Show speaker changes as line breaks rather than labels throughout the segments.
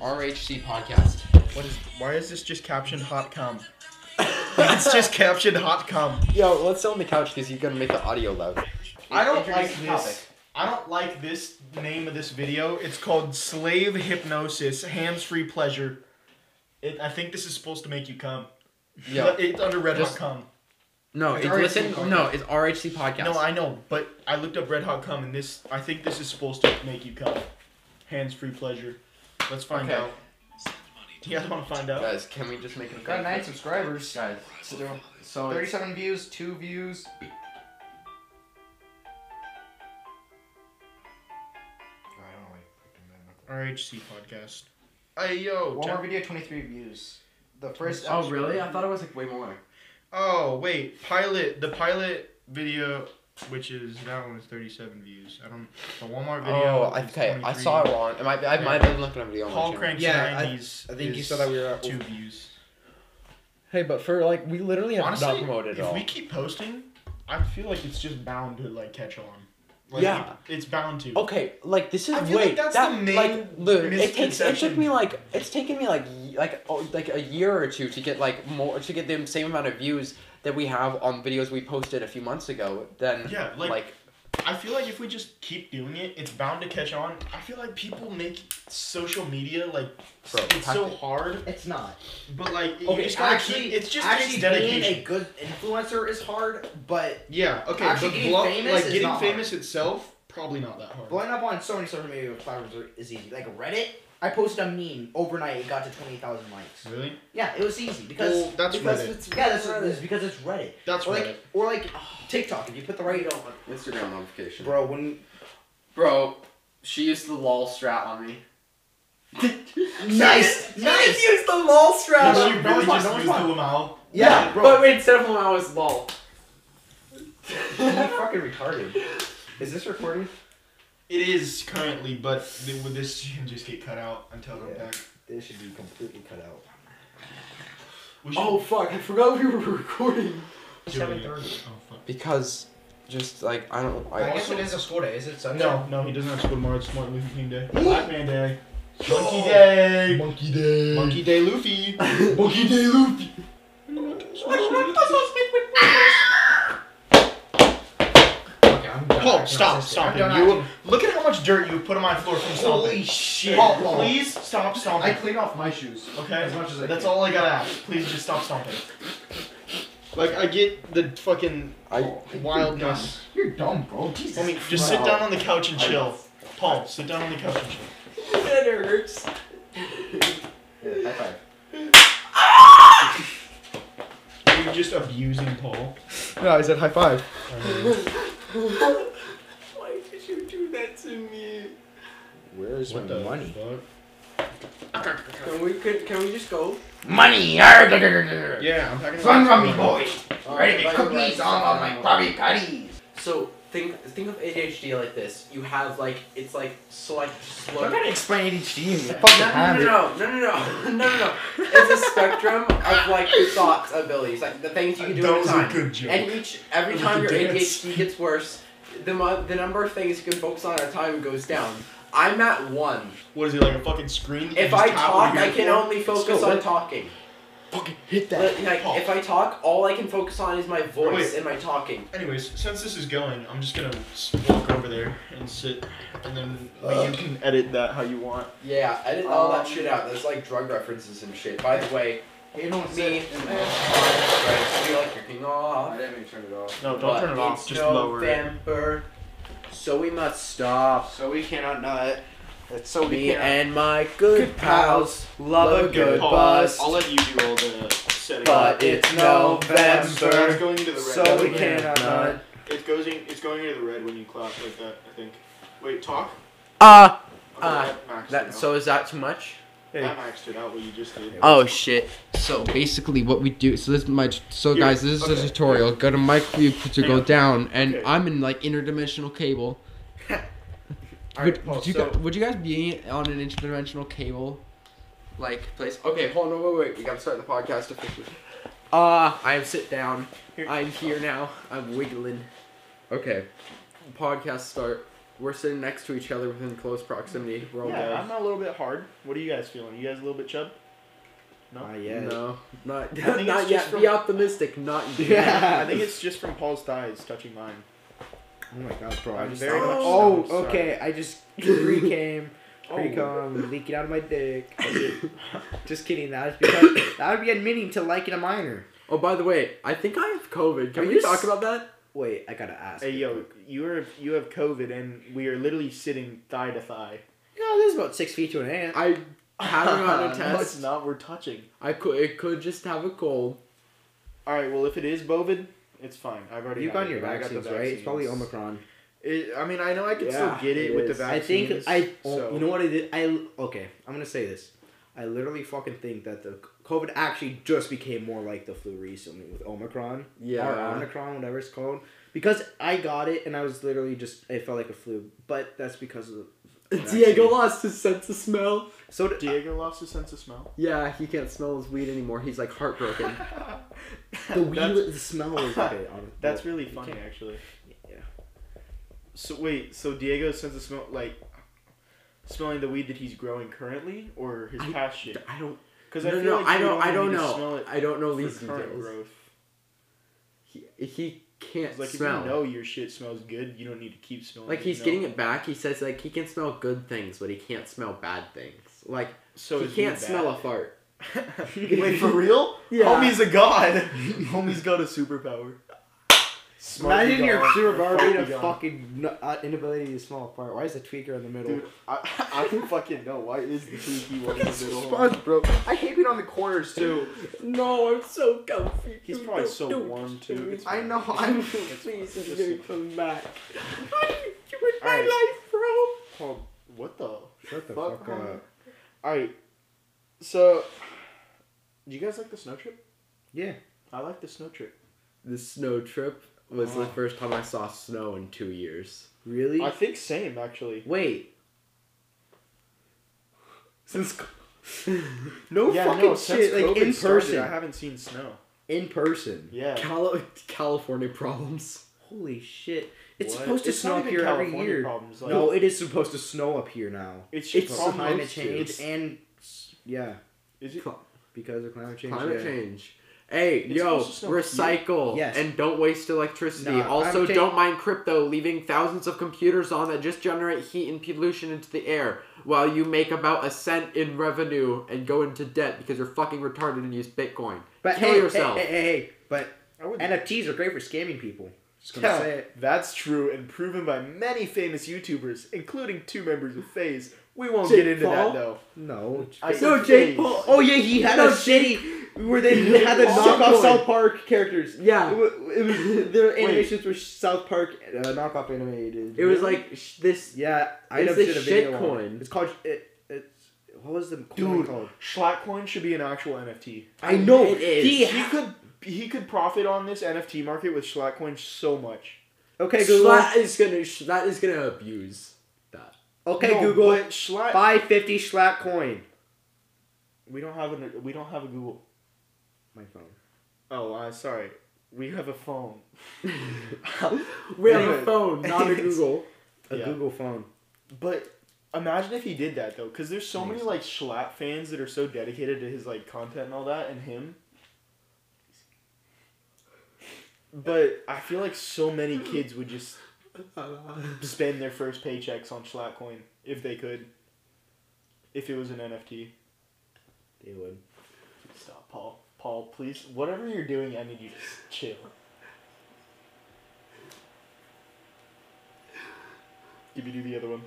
RHC podcast.
What is? Why is this just captioned hot cum? it's just captioned hot cum.
Yo, let's sit on the couch because you're gonna make the audio loud.
I don't like
Introduce the topic.
this. I don't like this name of this video. It's called Slave Hypnosis Hands Free Pleasure. It, I think this is supposed to make you cum.
Yo,
But it's under Red
Just-
Hot Cum.
no,
It's
it's
RHC
listen.
podcast.
No, it's RHC podcast.
No, I know, but I looked up Red Hot Cum, and this. I think this is supposed to make you cum. Hands Free Pleasure. Let's find
Okay.
out. Do you guys want to find out?
Guys, can we just make it? a
Got
thing?
nine subscribers.
Guys, so, so it's-
37 views, 2 views.
RHC podcast. Hey yo.
One
check-
more video, 23 views. The first.
Oh really? I thought it was like way more.
Oh wait, pilot the pilot video, which is that one is thirty seven views. I don't the Walmart video.
Oh, I-
is
okay. I
23.
saw it wrong. It might be, I might have been looking at a video. on my
Paul
channel.
Cranks
Yeah, I-
nineties.
I think you said that we were at-
two views.
Hey, but for like we literally have
Honestly,
not promoted at
if
all.
we keep posting, I feel like it's just bound to like catch on. Like,
Yeah.
it's bound to.
Okay, like this is
I feel
wait
like that's
that,
the main
like Lou, it takes it took
misconception.
me like it's taken me like y- like oh, like a year or two to get like more to get the same amount of views that we have on videos we posted a few months ago. Then
Yeah, like- I feel like if we just keep doing it, it's bound to catch on. I feel like people make social media like
Bro,
it's so
tactic.
hard,
It's not.
but like you
Okay,
just gotta
actually,
keep. It's just takes
actually being
dedication.
a good influencer is hard, but
Yeah. Okay.
Actually,
but
getting
blow-
famous
like
is
getting
not
famous itself, probably not that hard.
blowing up on so many social media platforms are- is easy. Like Reddit, I posted a meme overnight. It got to twenty thousand likes.
Really?
Yeah, it was easy because
Well, that's
because
Reddit.
It's, yeah, that's it's because it's Reddit.
That's
or like
right.
or like TikTok. If you put the right,
Instagram notification, bro.
bro, when
she used the lol strat on me.
nice, nice.
used the lol strat.
Did
Yeah,
you
but-
really
no,
just
no,
use
no.
the Lamal?
Yeah, bro.
But instead of when I was lol.
you fucking retarded. Is this recording?
It is currently, but th- with this you can just get cut out until I'm
Yeah.
back.
This should be completely cut out.
We should
Oh fuck! I forgot we were recording.
do it.
7:30.
Oh fuck.
Because, just like I don't.
I
I,
guess it is a school day. Is it Sunday?
No, no, he doesn't have school tomorrow. It's Martin Luther King Day.
Ooh.
Black Man Day. Monkey
Yo.
Day.
Monkey day.
Monkey Day, Luffy.
Monkey day, Luffy.
Okay, I'm done.
Paul,
acting
stop,
autistic.
stop
I'm
it.
done
You
acting-
look at how much dirt you put on my floor from
Holy
stomping.
shit.
Paul, please stop stomping.
I clean off my shoes.
Okay.
As much as I
That's
can.
all I gotta ask. Please just stop stomping. Like I get the fucking
I
wildness.
You're dumb, bro. Jesus.
Homie, just sit down on the couch and chill. Paul, sit down on the couch and chill.
it hurts.
Yeah, high five.
Are you just abusing Paul?
No, I said high five.
Or-
Why did you do that to me?
Where's
what the money? fuck?
Can we could, can we just go?
Money! Fun
Yeah, I'm talking
from me, boy! Ready to
Alright,
cook
bye,
me
bye.
some on my Bobby Patties!
Uh, So think think of ADHD like this. You have like it's like select slow.
I'm gonna explain it to you.
no, no, no, no, no, no, no, no, no. It's a spectrum of like thought abilities, like the things you can do
That
at a
was a
time.
good joke.
And each every
It was
time
a
your
dance.
ADHD gets worse, the mu- the number of things you can focus on at a time goes down. I'm at one.
What is he like a fucking screen?
If
Just
I
tap
talk,
over here
I can
for?
only focus
go.
on talking.
Fucking hit
Like like,
Paul.
if I talk, all I can focus on is my voice
Wait.
and my talking.
Anyways, since this is going, I'm just gonna s- walk over there and sit, and then
Uh,
you can edit that how you want.
Yeah, edit all
Um,
that shit out. There's like drug references and shit. By the way,
You don't
me,
see.
right, be like kicking off.
didn't even turn it off.
No, don't
But
turn it off.
it's
Just lower it.
November, so we must stop.
So we cannot nut. That's so
Me and my good, pals love a good bust,
I'll let you do all the setting.
but it's
So that's
November,
going into the red.
so we
Yeah.
cannot. not.
It goes in. It's going into the red when you clap like that. I think. Wait, talk.
Ah,
Okay,
Ah,
that maxed it
that.
out.
So is that too much?
that maxed it out. What you just did.
Oh shit. So basically, what we do. So this is my. So
Here,
guys, this is
okay.
a tutorial. Go to MicroView to
Hang
go
on.
down, and
Okay.
I'm in like interdimensional cable. would, would you guys, would you guys be on an interdimensional cable, like place? Okay, hold on, wait, wait, we gotta start the podcast officially. Uh, I am sit down. I'm here now. I'm wiggling. Okay, podcast start. We're sitting next to each other within close proximity. We're all
yeah, I'm
dead.
a little bit hard. What are you guys feeling? You guys a little bit chub? No.
Not yet.
No, not
I think
not
it's
yet.
just from-
Be optimistic, not yet.
I think it's just from Paul's thighs touching mine.
Oh my god, bro.
I'm
I just
very much
Oh,
so sorry.
okay. I just pre came.
Oh.
Pre cum leaking out of my dick. just kidding. That would be, that would be admitting to liking a minor.
Oh, by the way, I think I have COVID. Can
Are
we
you
talk
s-
about that?
Wait, I gotta ask.
Hey yo, you are you have COVID and we are literally sitting thigh to thigh.
No, this is about six feet to an ant.
I haven't gotten a
no, it's
test.
not. We're touching.
I could. It could just have a cold.
All right. Well, if it is bovid, it's fine. I've already
You've
got
gotten your
it. I got the
vaccines, right? It's probably
vaccines.
Omicron.
It, I mean, I know I can
Yeah,
still get it,
it
with the
is.
I
vaccines.
think I.
oh,
oh,
so-
You know what I did? I okay. I'm gonna say this. I literally fucking think that the COVID actually just became more like the flu recently with Omicron.
Yeah.
Or Omicron, whatever it's called. Because I got it and I was literally just it felt like a flu, but that's because of the
Diego
vaccine.
lost his sense of smell.
So did,
Diego lost his sense of smell.
Yeah, he can't smell his weed anymore. He's like heartbroken.
the weed,
That's-
the smell was okay. On,
That's
well,
really
you
funny,
can't-
actually.
Yeah.
So wait, so Diego's sense of smell, like smelling the weed that he's growing currently, or his
I-
past shit?
I don't.
Because
no, no, I don't. I don't
Smell
know.
it
I don't know
for
these
current
details.
growth.
He, he can't
'Cause, Like
smell.
if you know your shit smells good, you don't need to keep smelling.
like
it,
he's
you know?
getting it back. He says like he can smell good things, but he can't smell bad things. Like
So
he can't smell a fart.
Wait for real?
Yeah.
Homie's a god. Homie's got a superpower. Smart
Imagine your
god.
super bar being a
Fucking god.
fucking n- uh, inability to smell apart. Why is the tweaker in the middle?
Dude, I, I don't fucking know. Why is the Twinkie one in the middle?
bro. I hate being on the corners too.
No, I'm so comfy.
He's probably so warm too. It's
I
fine.
know. I'm.
Please, I'm gonna
come back.
my Alright.
life, bro.
Hold- What the?
Shut the
Fuck,
fuck,
man.
up.
All right. So, do you guys like the snow trip?
Yeah.
I like the snow trip.
The snow trip was the
Oh.
first time I saw snow in two years.
Really?
I think same actually.
Wait. Since c- no fucking shit, like in person,
I haven't seen snow.
in person.
Yeah.
Cali- California problems.
Holy shit! It's
What?
supposed to
It's
snow
not
up
even
here every
California
year.
problems, like-
no, it is supposed to snow up here now.
It's just
It's
Supposed
climate
to.
change
It's-
and yeah,
Is it?
Cl-
because of climate change.
climate
yeah.
change. Hey,
It's
yo,
supposed to snow here.
recycle
Yes.
and don't waste electricity.
Nah,
also,
I'm ta-
don't mine crypto, leaving thousands of computers on that just generate heat and pollution into the air while you make about a cent in revenue and go into debt because you're fucking retarded and use Bitcoin.
But
Kill
hey, hey,
yourself.
Hey, hey, hey, but
I would.
NFTs are great for scamming people. Just gonna
Yeah,
say it.
That's true and proven by many famous YouTubers, including two members of FaZe. We won't
Jake
get into
Paul?
that though.
No.
I
it's-
said
No,
FaZe.
Jake Paul.
Oh yeah, he had
No,
a shitty where they had the
Paul.
knockoff
Someone.
South Park characters.
Yeah.
It wa- it was, their animations were South Park uh, knockoff animated.
It was like sh- this.
yeah, I
It's
never
the
did a
shit
video on it.
coin.
It's called it, it's what was the coin
Dude,
called?
Schlackcoin should be an actual NFT.
I know
It is.
He,
He could he could profit on this NFT market with Schlackcoin so much.
okay, Google.
Schlatt is gonna. Schlatt is gonna abuse that.
okay,
No,
Google.
but Schlack.
Buy fifty Schlack coin.
we don't have a we don't have a Google.
My phone.
Oh, uh, sorry. We have a phone.
We have a
Anyway.
phone, not a Google.
A
Yeah.
Google phone.
But imagine if he did that though, because there's so many like Schlack fans that are so dedicated to his like content and all that, and him. But I feel like so many kids would just spend their first paychecks on Schlackcoin if they could. If it was an NFT.
They would.
Stop, Paul. Paul, please. Whatever you're doing, I need you to s- chill. Give me do the other one.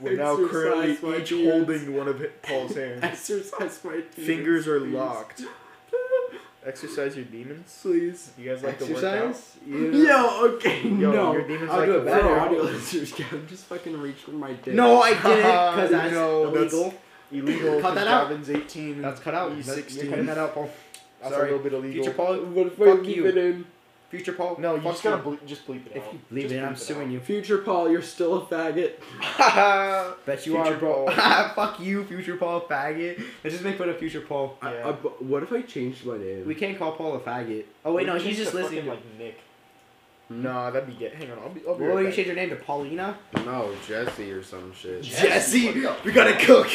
We're now currently
Exercise my
each
hands.
holding one of hi- Paul's hands.
Exercise my tears,
Fingers are
please.
locked. Exercise your demons.
Please.
You guys like to work out?
Exercise? You-
Yo, okay,
Yo,
no.
your demons
I'll
like
do
to
it
work
better.
Better
out.
audio listeners can just fucking reach for my dick.
No, I didn't because that's
No, that's-
illegal.
Illegal. E
Cut that out.
Calvin's 18.
That's cut out.
E
He's
That's,
16.
You're cutting that out, Paul.
That's
Sorry.
a little bit illegal.
Future Paul.
What if
Fuck
I leave
you.
it in?
Future Paul.
No, you
fuck
just gotta ble- just bleep it
If
out.
you leave
Just
it,
bleep
I'm suing you.
Future Paul, you're still a faggot.
out.
Bet you
Future
are, bro.
Paul.
Ah, fuck you, Future Paul, faggot. Let's just make fun of Future Paul.
I-
Yeah.
I- but what if I changed my name?
Oh, We can't call Paul a faggot. Oh wait, no, he's just listening.
Like Nick. Nah, that'd be gay. Hang on, I'll be. I'll be
What will
right
you
back.
change your name to Paulina?
No, Jesse or some shit.
Jesse,
Jesse,
what the-
we gotta cook.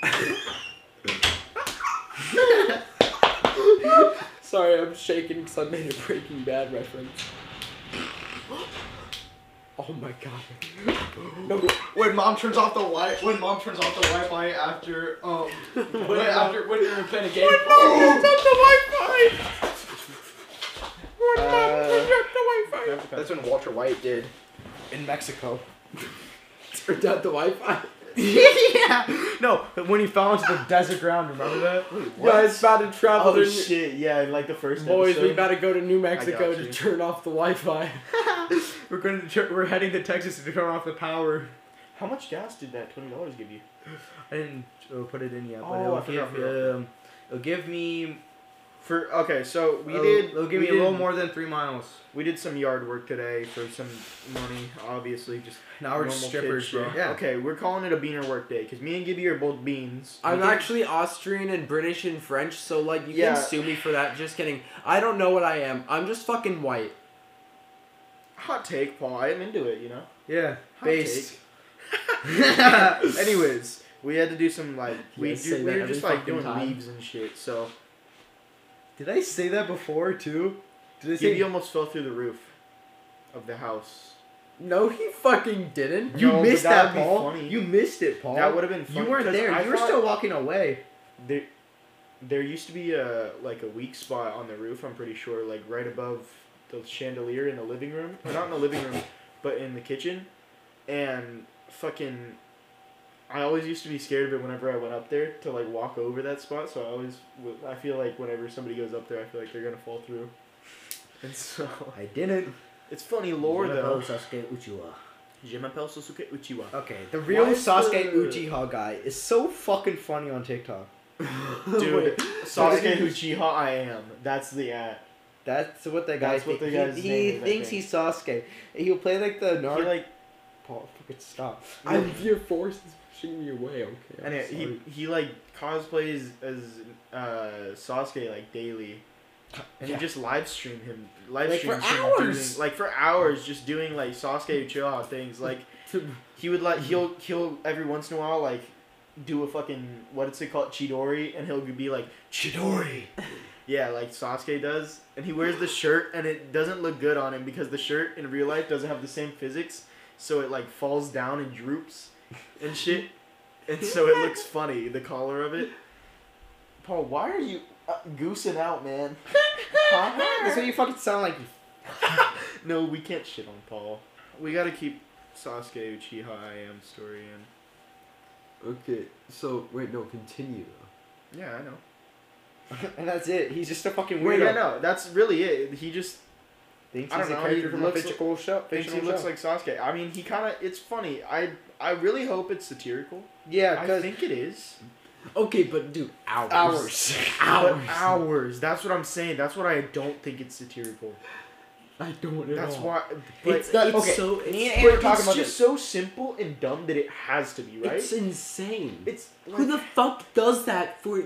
Sorry, I'm shaking because I made a Breaking Bad reference. Oh my god. No, but-
When mom turns off the wi, when mom turns off the Wi-Fi after um,
when, after when you're playing a game.
that's when Walter White did.
In Mexico.
Turned out the Wi-Fi.
yeah.
No, when he fell into the desert ground, remember that?
Guys, about to travel.
Oh shit! Yeah, in like the first
Boys, we
episode.
about to go to New Mexico
Mexico to
to turn off the Wi-Fi.
We're going to we're heading to Texas to turn off the power.
How much gas did that twenty dollars give you?
I didn't uh, put it in yet, but
Oh, I
it'll,
forgot,
give, um, it'll give me.
For okay, so we
it'll-
did.
Oh, It'll give
we
me a little
did-
more than three miles.
We did some yard work today for some money, obviously. Just
Now we're just
normal kid
strippers, bro.
shit.
Yeah.
Okay, we're calling it a beaner work day because me and Gibby are both beans.
I'm
We did-
actually Austrian and British and French, so like you
Yeah.
can sue me for that. Just kidding. I don't know what I am. I'm just fucking white.
hot take, Paul. I'm into it, you know.
Yeah.
Hot
Based.
Anyways, we had to do some like we,
Yeah,
do-
say
we
that
were
every
just like
fucking
doing
time.
leaves and shit. So
Did I say that before too? Did I say?
Gibby almost fell through the roof of the house.
No, he fucking didn't.
you
No, but
missed
that
that,
would be
Paul.
funny.
You missed it, Paul.
That would have been funny.
you weren't
'cause
there.
I
you were
thought
still walking away.
there. There used to be a like a weak spot on the roof. I'm pretty sure, like right above the chandelier in the living room, or not in the living room, but in the kitchen, and fucking. I always used to be scared of it whenever I went up there to like walk over that spot. So I always, w- I feel like whenever somebody goes up there, I feel like they're gonna fall through. And so
I didn't.
it's funny lore though. Je m'appelle Sasuke Uchiwa.
Okay, the real
Why is
Sasuke
the-
Uchiha guy is so fucking funny on TikTok.
Dude,
Wait.
Sasuke Uchiha, I am. That's the at.
That's what that guy.
That's what
thi-
the guy's
he,
name
He
is, I
thinks
think.
he's Sasuke. He'll play like the
He
Naruto.
like
Paul, fucking stop.
I'm your force is pushing me away. Okay. I'm
and it,
sorry.
he he like cosplays as uh, Sasuke like daily, and
Yeah.
he just live stream him, live
Like,
streams
for
him
hours!
doing- like for hours, just doing like Sasuke Uchiha things. Like he would like he'll he'll every once in a while like do a fucking what's it called Chidori, and he'll be like Chidori. Yeah, like Sasuke does, and he wears the shirt, and it doesn't look good on him because the shirt in real life doesn't have the same physics, so it like falls down and droops, and shit, and so it looks funny the collar of it. Paul, why are you uh, goosing out, man?
That's
Huh?
what you fucking sound like.
no, we can't shit on Paul. We gotta keep Sasuke Uchiha I am story in.
okay. So wait, no, continue.
Yeah, I know.
and that's it. He's just a fucking
Wait,
weirdo.
yeah, no, that's really it. He just
Thinks
I
he's a
don't know, he
character from a
looks-
fictional show.
thinks he
Fictional
looks
show.
like Sasuke. I mean, he kind of. It's funny. I I really hope it's satirical.
yeah,
I
because
think it is.
Okay, but dude, hours.
hours.
Hours.
But hours. That's what I'm saying. That's what I don't think it's satirical.
I don't. At
That's
all.
why. But
it's
that-
it's
okay.
so. It's,
Me and
and
Aaron
Aaron
were
talking
talking
about
about just so simple and dumb that it has to be right.
it's
It's,
insane.
like,
Who the fuck does that for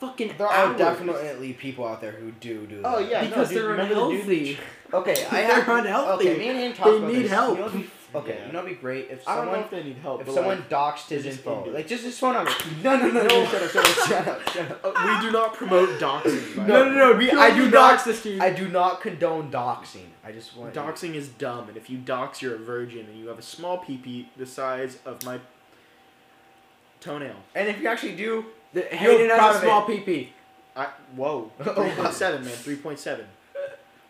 fucking
There
hours?
are definitely people out there who do do that.
oh yeah, no,
because
dude,
they're
remember the dude-
unhealthy.
Okay, I
They're
have.
unhealthy.
Okay, me and him talked
They
about
need
this.
help.
You know, what'd be, okay,
Yeah.
you know, what'd be great if
I don't
someone
know if they need help.
if
but,
someone
like,
doxed his
they just
info,
ended.
like just his phone number. No, no, no, no, shut up, shut up, shut up, shut up.
uh, we do not promote doxing. by the
No,
way.
no, no, we- I do not-
this dude.
I do not condone doxing. I just want
Doxing is dumb, and if you dox, you're a virgin, and you have a small peepee the size of my toenail.
And if you actually do,
The, Hayden
proud
has a
of
small PP.
I whoa, three point seven, man, three point seven.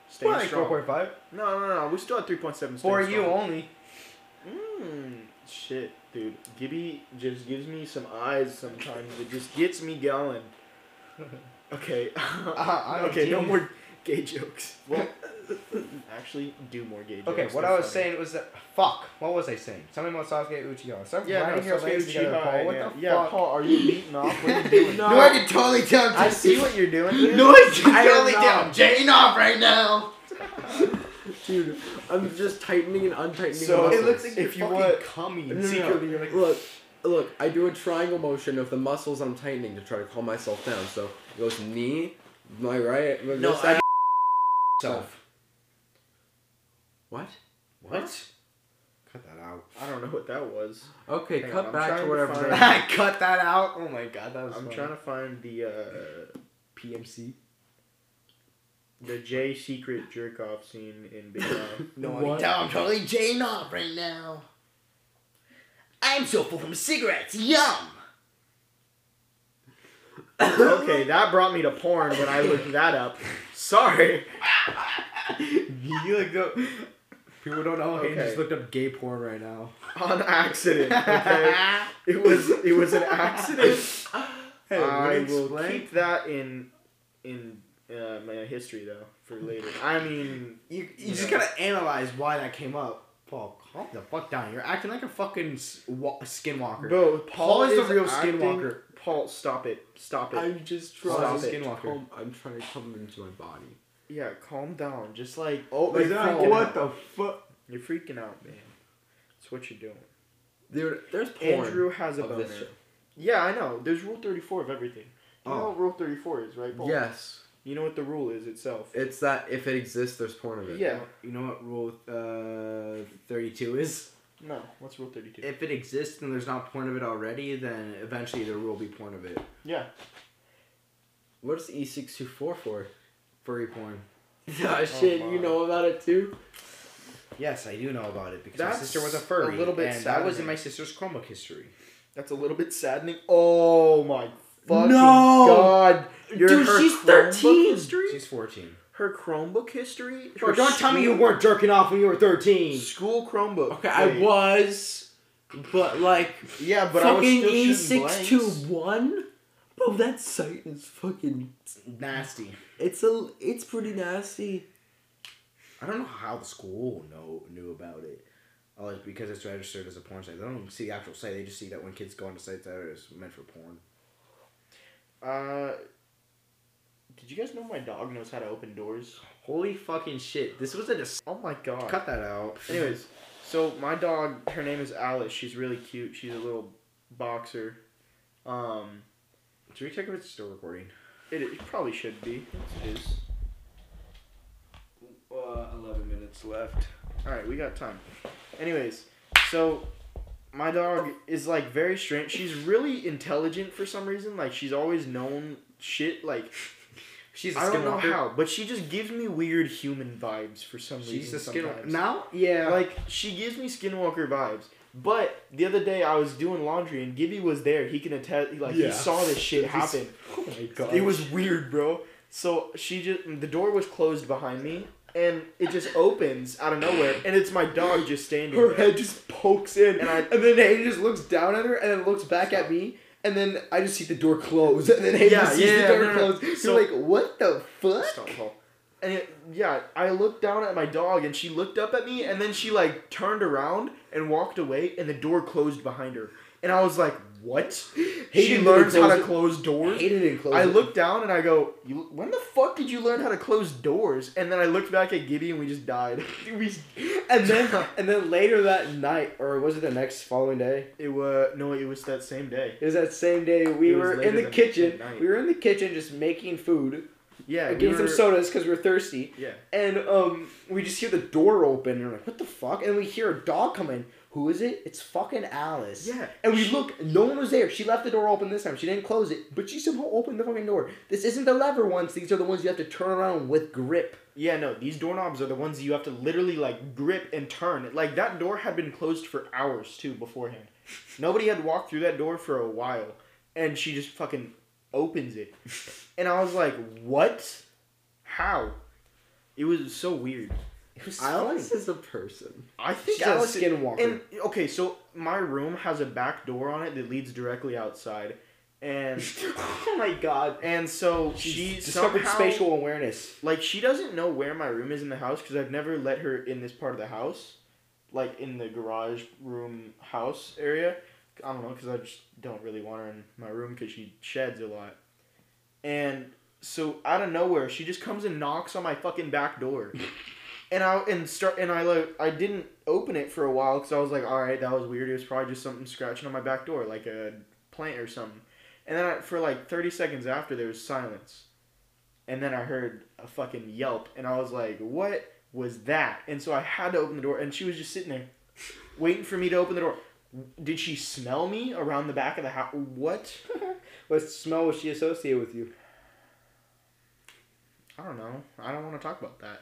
Staying
like
strong.
four point five
No, no, no, no. We're still at three point seven.
for you only.
Mmm. Shit, dude. Gibby just gives me some eyes sometimes. It just gets me going. Okay.
Ah, I don't
okay. No
do-
more gay jokes. Well, actually, do more gay jokes.
Okay, what
They're
I was
funny.
saying was that fuck. What was I saying? Something about Sasuke Uchiha. Something
Yeah, no,
riding your
Sasuke
legs together,
Uchiha,
Paul. What
yeah.
the
yeah,
fuck?
Paul, are you beating off? What are you doing?
No.
No, I can totally tell.
I see what you're doing. dude.
No, I can
I am
totally
not.
tell. Jane off right now.
Dude, I'm just tightening and untightening.
So,
the
it
muscles.
looks like if you want,
coming
No, no, no.
secretly. You're like,
Look, look. I do a triangle motion of the muscles I'm tightening to try to calm myself down. So it goes knee, my right. My
No,
left
I-
side.
yourself.
What?
What? Cut that out.
I don't know what that was.
Okay,
Hang
cut
on, I'm
back
trying
to
to
whatever.
find-
that-
Cut that out. Oh my god, that was.
I'm
funny.
trying to find the uh,
PMC.
the J secret jerk off scene in Big Mouth.
No,
What?
I'm, down, I'm totally Jane off right now. I'm so full from cigarettes. Yum.
okay, that brought me to porn when I looked that up. Sorry.
you like the. People don't know. Okay.
Okay.
just looked up gay porn right now.
On accident. Okay. It was it was an accident.
Hey,
I
would
will
explain-
keep that in in uh, my history though for later. I mean,
You, you just
Yeah.
gotta analyze why that came up. Paul, calm the fuck down. You're acting like a fucking s- wa- skinwalker.
bro, Paul,
Paul is
is,
the real
acting-
skinwalker.
Paul, stop it, stop it.
I'm just
Paul
trying.
is a
to
skinwalker.
come- I'm trying to come into my body.
yeah, calm down. Just like
oh,
Like that? What
the fuck?
you're freaking out, man. That's what you're doing.
There, there's porn.
Andrew has a
of
boner.
this show.
Yeah, I know. There's Rule 34 of everything. You
Oh.
know what Rule 34 is, right, Paul?
Yes,
You know what the rule is itself.
it's that if it exists, there's porn of it.
Yeah.
You know what rule uh, 32 is?
No. What's Rule 32?
If it exists and there's not porn of it already, then eventually there will be porn of it.
yeah.
What is E six two four for?
Furry porn.
Ah,
shit, you know
about it too.
Yes, I do know about it because
That's
my sister was a furry.
a little bit
and that was in
saddening.
my sister's Chromebook history.
That's a little bit saddening. Oh my fucking
No!
god. Your-
Dude,
her
she's
Chromebook
13.
History?
She's 14.
her Chromebook history?
Bro,
Her
don't tell me you
school-
weren't jerking off when you were 13.
School Chromebook.
Okay, I
Wait.
was, but like
Yeah, but
fucking
I
E
was still
six two one. Bro, that site is fucking.
Nasty.
It's a. It's pretty nasty.
I don't know how the school know knew about it. Oh, it's because it's registered as a porn site. They don't see the actual site. They just see that when kids go onto sites that are meant for porn.
Uh, did you guys know my dog knows how to open doors?
Holy fucking shit! This was a dis-
Oh my god.
cut that out.
Anyways, so my dog, her name is Alice. She's really cute. She's a little boxer. Um,
should we check if it's still recording?
it, it probably should be. It is.
Uh, eleven minutes left.
All right, we got time. Anyways, so my dog is like very strange. She's really intelligent for some reason. Like she's always known shit. Like
She's a
I don't know
skinwalker.
how, but she just gives me weird human vibes for some
She's a
reason.
skinwalker.
sometimes.
Now, yeah.
Like she gives me Skinwalker vibes. But the other day I was doing laundry and Gibby was there. He can attest. he, Like
Yeah.
he saw this shit happen.
oh my god.
It was weird, bro. So she just the door was closed behind me and it just opens out of nowhere and it's my dog just standing.
her
there.
head just pokes in,
And I-
and then Hayden just looks down at her, and then looks back at me, and then I just see the door close, and then Hayden
Yeah,
just sees
yeah,
the door
no, no, no.
close. He's
So-
like, "What the fuck?"
Stop, Paul. And it, yeah, I looked down at my dog and she looked up at me and then she like turned around and walked away and the door closed behind her. And I was like, "What? she
didn't
learns how
close
to
it.
close doors."
Hayden didn't close.
I
it.
looked down and I go, "You when the fuck did you learn how to close doors?" And then I looked back at Gibby and we just died.
We- and then and then later that night, or was it the next following day?
It was no, it was that same day.
It was that same day we
It was
were in
later
the
than
kitchen.
that night.
We were in the kitchen just making food,
Yeah,
getting some sodas because we were thirsty.
Yeah.
And um, we just hear the door open, and we're like, "What the fuck?" And we hear a dog come in. Who is it? It's fucking Alice.
Yeah.
And we look, no one was there. She left the door open this time. She didn't close it, but she somehow opened the fucking door. This isn't the lever ones. These are the ones you have to turn around with grip.
Yeah, no, these doorknobs are the ones you have to literally like grip and turn. Like that door had been closed for hours too beforehand. Nobody had walked through that door for a while, and she just fucking opens it. And I was like, "What? How?" It was so weird.
It was
Alice is a person.
I think
She's a
Alice-
skinwalker.
And okay, so my room has a back door on it that leads directly outside, and
oh my god.
and so
She
she
discovered
somehow,
spatial awareness.
like she doesn't know where my room is in the house because I've never let her in this part of the house, like in the garage room house area. I don't know because I just don't really want her in my room because she sheds a lot, and so out of nowhere she just comes and knocks on my fucking back door, and I and start and I like I didn't open it for a while because I was like all right that was weird it was probably just something scratching on my back door like a plant or something, and then I, for like thirty seconds after there was silence. And then I heard a fucking yelp, and I was like, "What was that. And so I had to open the door, and she was just sitting there, waiting for me to open the door. Did she smell me around the back of the house? What?
What smell was she associated with you?
I don't know. I don't want to talk about that.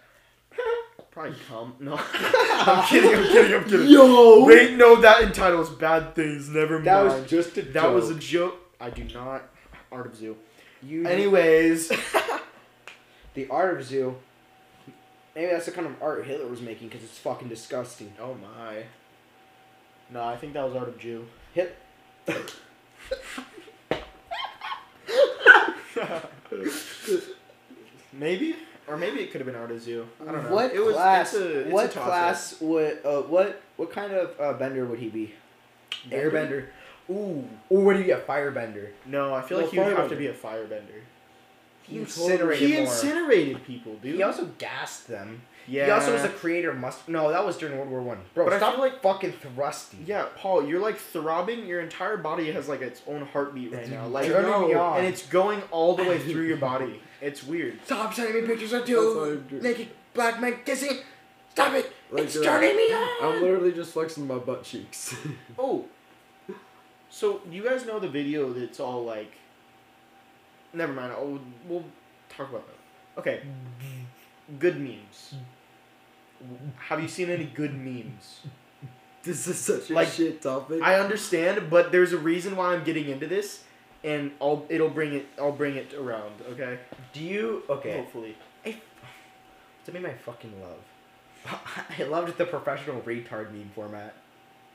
Probably cum. No. I'm kidding. I'm kidding. I'm kidding.
Yo,
Wait, no, that entitles bad things. Never mind.
that was just a.
That was a
joke.
joke. I do not. Art of Zoo.
you.
Anyways.
the art of zoo. Maybe that's the kind of art Hitler was making because it's fucking disgusting.
oh my. No, I think that was Art of Jew.
Hit.
Maybe, or maybe it could have been Art of Zoo. I don't know.
What
it was,
class?
It's a, it's a
what
toss-up.
class would? Uh, what? What kind of uh, bender would he be? Airbender. Ooh. Or would he be a firebender?
No, I feel
No,
like you would have
firebender.
to be a firebender.
He
You
incinerated
He
more.
incinerated people, dude.
He also gassed them.
yeah.
He also was the creator of must. No, that was during World War One. Bro,
But I
stop
feel
like fucking thrusty.
Yeah, Paul, you're like throbbing. Your entire body has like its own heartbeat right
It's
now, like,
turning me on.
and it's going all the way through your body. It's weird.
Stop sending me pictures of
That's what I'm doing.
naked black men kissing. Stop it.
Like that.
me
I'm literally just flexing my butt cheeks.
Oh, so you guys know the video that's all like. Never mind. I'll, we'll talk about that. Okay. Good memes. Have you seen any good memes?
this is such a
Like,
shit topic.
I understand, but there's a reason why I'm getting into this, and I'll it'll bring it I'll bring it around. Okay.
Do you okay?
Hopefully.
To me, my fucking love. I loved the professional retard meme format.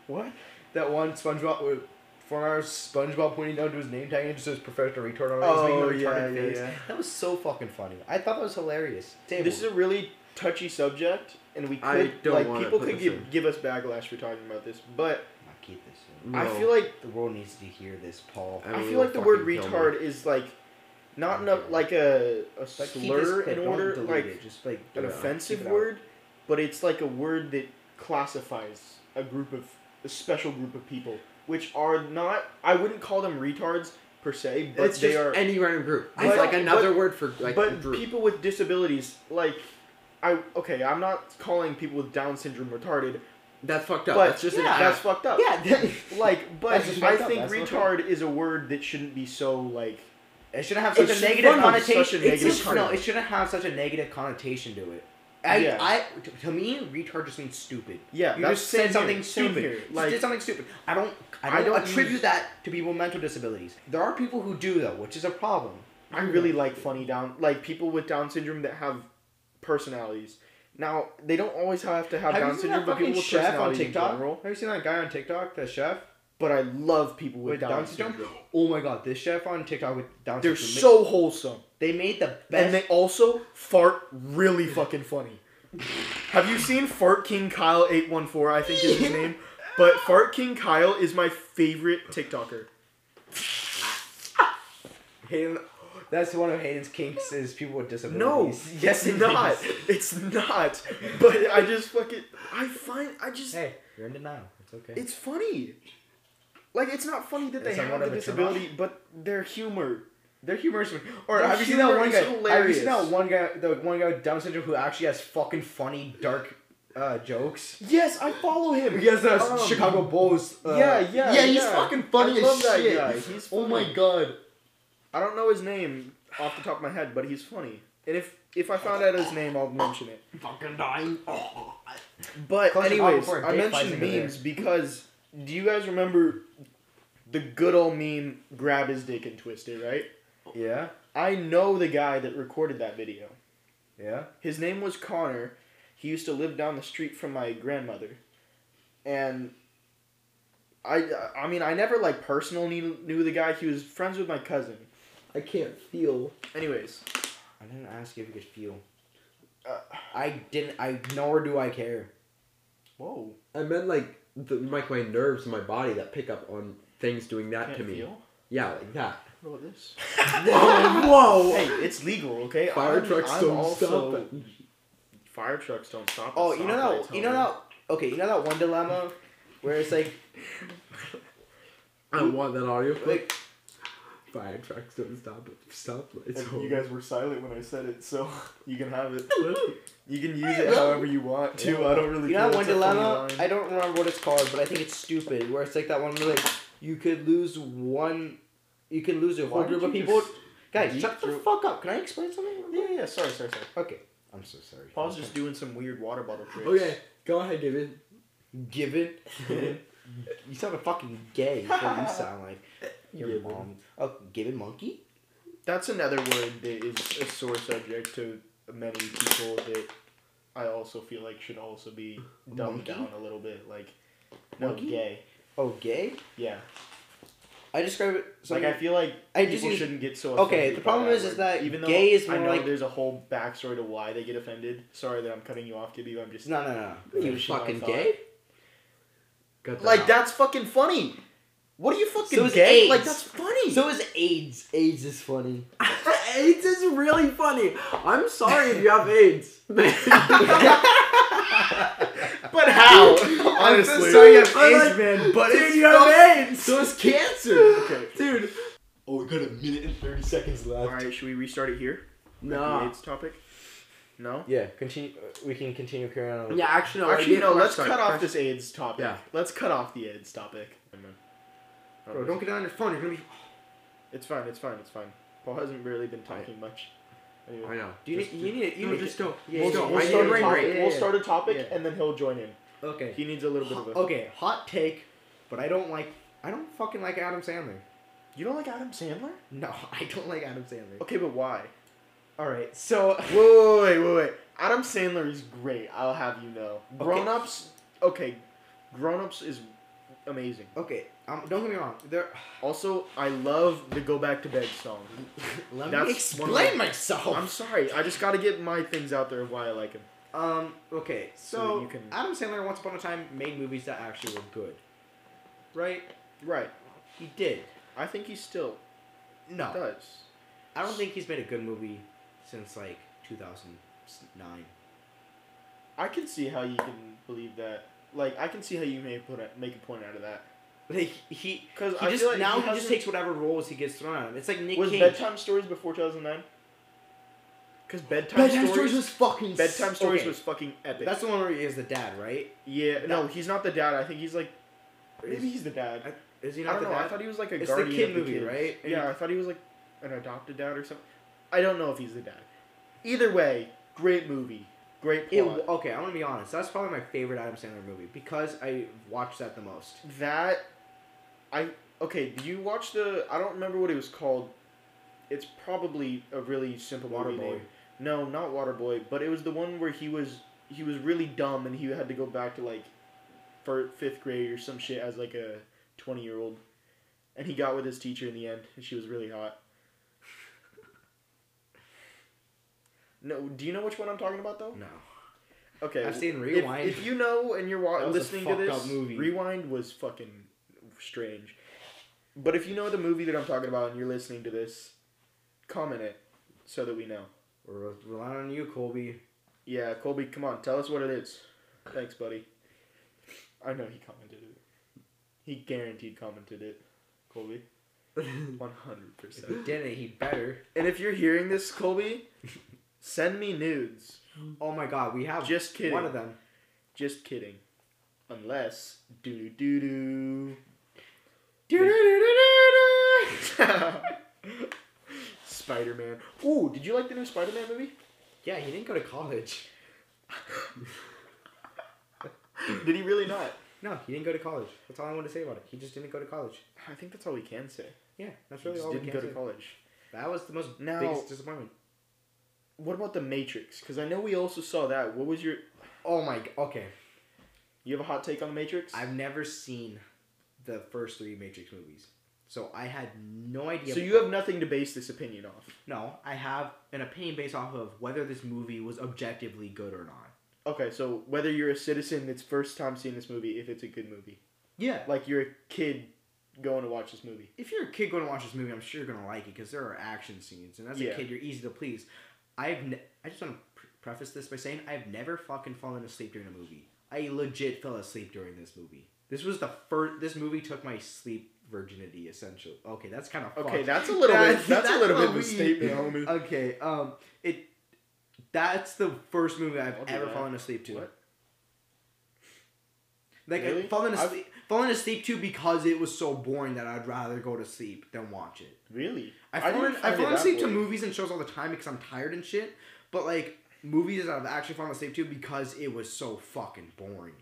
What?
That one SpongeBob with four hours SpongeBob pointing down to his name tag and it just says professional retard on it. He's
Oh,
making a retarded
yeah, yeah,
face.
yeah.
That was so fucking funny. I thought that was hilarious.
This is a really touchy subject, and we could
I don't
like
wanna
people
put
could
this
give
in.
give us backlash for talking about this, but
I'll keep this. in.
no.
I feel like
The world needs to hear this, Paul.
I
I
mean,
feel like the
it'll
word
fucking kill me.
retard is like not
Okay.
enough like a a
Like, keep
slur
this clip,
in
don't
order
delete
like
it, just like uh,
an
Yeah.
offensive
Keep it out.
word, but it's like a word that classifies a group of a special group of people, which are not. I wouldn't call them retards per se, but
it's
they
just
are.
any random group.
But-
it's like another
but-
word for like
but
group.
people with disabilities, like, I okay, I'm not calling people with Down syndrome retarded,
that's fucked up.
but
that's just an
yeah,
app.
that's fucked up.
Yeah, that-
Like, but
That's just
I
fucked up,
think
that's fucked
retard is a word that shouldn't be so like.
It shouldn't have
It's
such a
just
negative
fun with
connotation.
such a
it's
negative
just, no,
connotation.
it shouldn't have such a negative connotation to it. I,
Yeah.
I, to, to me, retard just means stupid.
Yeah,
you
that's
just said
same
something
here, same
stupid.
here,
You just
like-
did something stupid. I don't, I don't,
I don't
attribute
use-
that to people with mental disabilities. There are people who do though, which is a problem.
I really like funny down like people with Down syndrome that have personalities. Now they don't always have to have,
have
Down
you seen that
syndrome, but
fucking
people with
chef on
personalities in
TikTok?
general.
Have you seen that guy on TikTok, the chef
But I love people with, Down, syndrome.
Oh my god, this chef on TikTok with Down
They're
syndrome.
so wholesome,
they made the
and
best.
they also fart really fucking funny. have you seen Fart King Kyle eight one four? I think is his name. But Fart King Kyle is my favorite TikToker.
Hayden, that's one of Hayden's kinks is people with
No,
disabilities.
yes, it's not. It's not. But I just fucking. I find I just.
Hey, you're in denial. It's okay.
It's funny. Like it's not funny that they
It's somewhat
have the
of a
disability, but their humor.
Their humor is or
Their
have you seen that
humor
one
is
guy? Have you
hilarious.
seen that one guy? The one guy with Down syndrome who actually has fucking funny dark uh, jokes.
Yes, I follow him.
He has the
Um,
Chicago Bulls. Uh,
yeah, yeah,
yeah. He's
yeah.
fucking funny
I love
as
that
shit.
guy. He's
Oh my
funny.
god.
I don't know his name off the top of my head, but he's funny. And if if I found out his name, I'll mention it.
Fucking dying.
But
Close your mouth
anyways,
before a
I
dick flies
mentioned
into there.
memes because do you guys remember the good old meme grab his dick and twist it, right?
Yeah.
I know the guy that recorded that video.
Yeah.
His name was Connor. He used to live down the street from my grandmother, and I I mean I never like personally knew, knew the guy. He was friends with my cousin.
I can't feel.
Anyways,
I didn't ask you if you could feel.
Uh,
I didn't. I nor do I care.
whoa,
I meant like the, like my nerves in my body that pick up on things doing that
can't
to me.
feel.
Yeah, like that.
What about this?
whoa, whoa!
Hey, it's legal, okay?
Fire
I'm-
trucks
I'm
don't
also-
stop. it.
Fire trucks don't stop.
Oh,
at
you know
stop lights,
that. You know
homie.
that. Okay, you know that one dilemma, where it's like
I want that audio clip.
like
fire trucks don't stop at stoplights.
And you guys were silent when I said it, so you can have it. You can use
I
it
will.
however you want to. I don't really.
You know
care.
that one
It's a funny
dilemma?
line.
I don't remember what it's called, but I think it's stupid. Where it's like that one where like you could lose one, you can lose a whole
Why
group
did
of
you
people.
just
Guys,
geek
shut the
through-
fuck up. Can I explain something?
Yeah, yeah, yeah. Sorry, sorry, sorry.
Okay.
I'm so sorry.
Paul's just doing some weird water bottle tricks.
Okay, go ahead, David.
Given. you sound a fucking gay. Is what you sound like. Your
Given.
mom. Oh, given monkey.
That's another word that is a sore subject to many people that I also feel like should also be dumbed
Monkey?
down a little bit. Like, no,
Monkey?
gay.
Oh, gay.
Yeah.
I describe it. So
like, I feel like
I just
people
use-
shouldn't get so offended.
Okay, the
by
problem
that
is- is
word.
that
Even though
gay is
I
more
know
like-
there's a whole backstory to why they get offended. Sorry that I'm cutting you off, Gibby. I'm just
no, no, no. He was
Shit, I
fucking
thought.
gay.
Got that
like
out.
that's fucking funny. What are you fucking
So is
gay?
AIDS.
Like that's funny.
So is AIDS. AIDS is funny.
AIDS is really funny. I'm sorry if you have AIDS.
but how?
I'm so
Honestly.
sorry, you have
I'm like,
AIDS, man, but
Dude,
it's
you have
fucking-
AIDS.
So is cancer.
Okay.
Dude.
Oh, we got a minute and thirty seconds
All
left.
right, should we restart it here? The
No.
AIDS topic. No.
Yeah. Continue. We can continue carrying on.
Yeah, actually, no.
Actually,
I
no.
did-
Let's
sorry.
cut off this AIDS topic.
Yeah.
Let's cut off the AIDS topic.
Bro, don't get on your phone. You're gonna be.
It's fine. It's fine. It's fine. Paul hasn't really been talking much. Anyway.
I know.
Do you
Just-
need? You need. You
no,
need
just go.
Yeah,
We'll
yeah,
go. I
yeah.
need a
start a
brain
topic,
break.
yeah,
we'll
yeah.
start a topic
Yeah.
and then he'll join in.
Okay.
He needs a little bit of a.
Okay, hot take, but I don't like. I don't fucking like Adam Sandler.
You don't like Adam Sandler?
No, I don't like Adam Sandler.
Okay, but why?
All right, so
Whoa, wait, wait, wait, wait. Adam Sandler is great. I'll have you know. Grown ups, okay. Grown ups is amazing.
okay, um, don't get me wrong. There,
Also, I love the "Go Back to Bed" song.
let
That's
me
one of
explain
the-
myself.
I'm sorry. I just got to get my things out there of why I like him.
um, okay,
So
so,
that you can-
Adam Sandler once upon a time made movies that actually were good, right?
Right.
He did.
I think he still
No,
does.
I don't think he's made a good movie since like 2009.
I can see how you can believe that. Like, I can see how you may put a, make a point out of that.
Like he,
Because
he
I
just
feel like
now
he,
he, just
hasn't-
takes whatever roles he gets thrown at him. It's like Nick
Was
Cage.
bedtime stories before 2009? Because bedtime,
Bedtime
stories.
Stories was fucking s-
Bedtime Stories
okay.
was fucking epic.
That's the one where he is the dad, right?
Yeah,
That-
no, he's not the dad. I think he's like maybe
Is-
he's the dad.
Is he
I,
not
don't
the
know.
dad?
I thought he was like a
It's the
guardian
kid
of the
movie,
kids.
right? And-
yeah, I thought he was like an adopted dad or something. I don't know if he's the dad. Either way, great movie, great
It,
plot.
okay, I'm gonna be honest. That's probably my favorite Adam Sandler movie because I watched that the most.
that I okay. Do you watch the? I don't remember what it was called. It's probably a really simple movie
Waterboy.
name. No, not Waterboy, but it was the one where he was he was really dumb and he had to go back to like for fifth grade or some shit as like a twenty year old, and he got with his teacher in the end, and she was really hot. No, do you know which one I'm talking about though?
No,
Okay,
I've seen
if-
Rewind.
If, you know and you're wa-
That was a
listening to
fucked
this,
up movie.
Rewind was fucking strange. But if you know the movie that I'm talking about and you're listening to this, comment it so that we know.
we're relying on you, Colby.
Yeah, Colby, come on, tell us what it is. Thanks, buddy. I know he commented it. He guaranteed commented it, Colby. 100%.
He did it. He better.
And if you're hearing this, Colby, send me nudes.
Oh my God, we have
Just kidding.
One of them.
Just kidding. Unless doo doo doo doo. Spider Man. Ooh, did you like the new Spider Man movie?
Yeah, he didn't go to college.
Did he really not?
No, he didn't go to college. That's all I want to say about it. He just didn't go to college.
I think that's all we can say.
Yeah, that's
He
really
just
all we
didn't
can
go
say.
to college.
That was the most
Now-
biggest disappointment.
What about the Matrix? Because I know we also saw that. What was your?
Oh my. g- Okay,
You have a hot take on the Matrix?
I've never seen the first three Matrix movies, so I had no idea.
So you have nothing to base this opinion off.
No, I have an opinion based off of whether this movie was objectively good or not.
Okay, so whether you're a citizen that's first time seeing this movie, if it's a good movie,
Yeah.
like you're a kid going to watch this movie.
If you're a kid going to watch this movie, I'm sure you're going to like it because there are action scenes, and as
Yeah.
a kid, you're easy to please. I've ne- I just want to pre- preface this by saying I've never fucking fallen asleep during a movie. I legit fell asleep during this movie. This was the first. This movie took my sleep virginity essential. Okay, that's kind of
Okay, that's a little bit. That's, a little bit of a statement, homie.
Okay, um, it. That's the first movie I've
I'll do
ever
that.
fallen asleep to.
What?
Like
Really?
I've fallen
I've-
asleep, fallen asleep to because it was so boring that I'd rather go to sleep than watch it.
Really?
I've
I didn't
fallen,
find
I've
it
fallen
that
asleep to
boring.
movies and shows all the time because I'm tired and shit. But like movies that I've actually fallen asleep to because it was so fucking boring.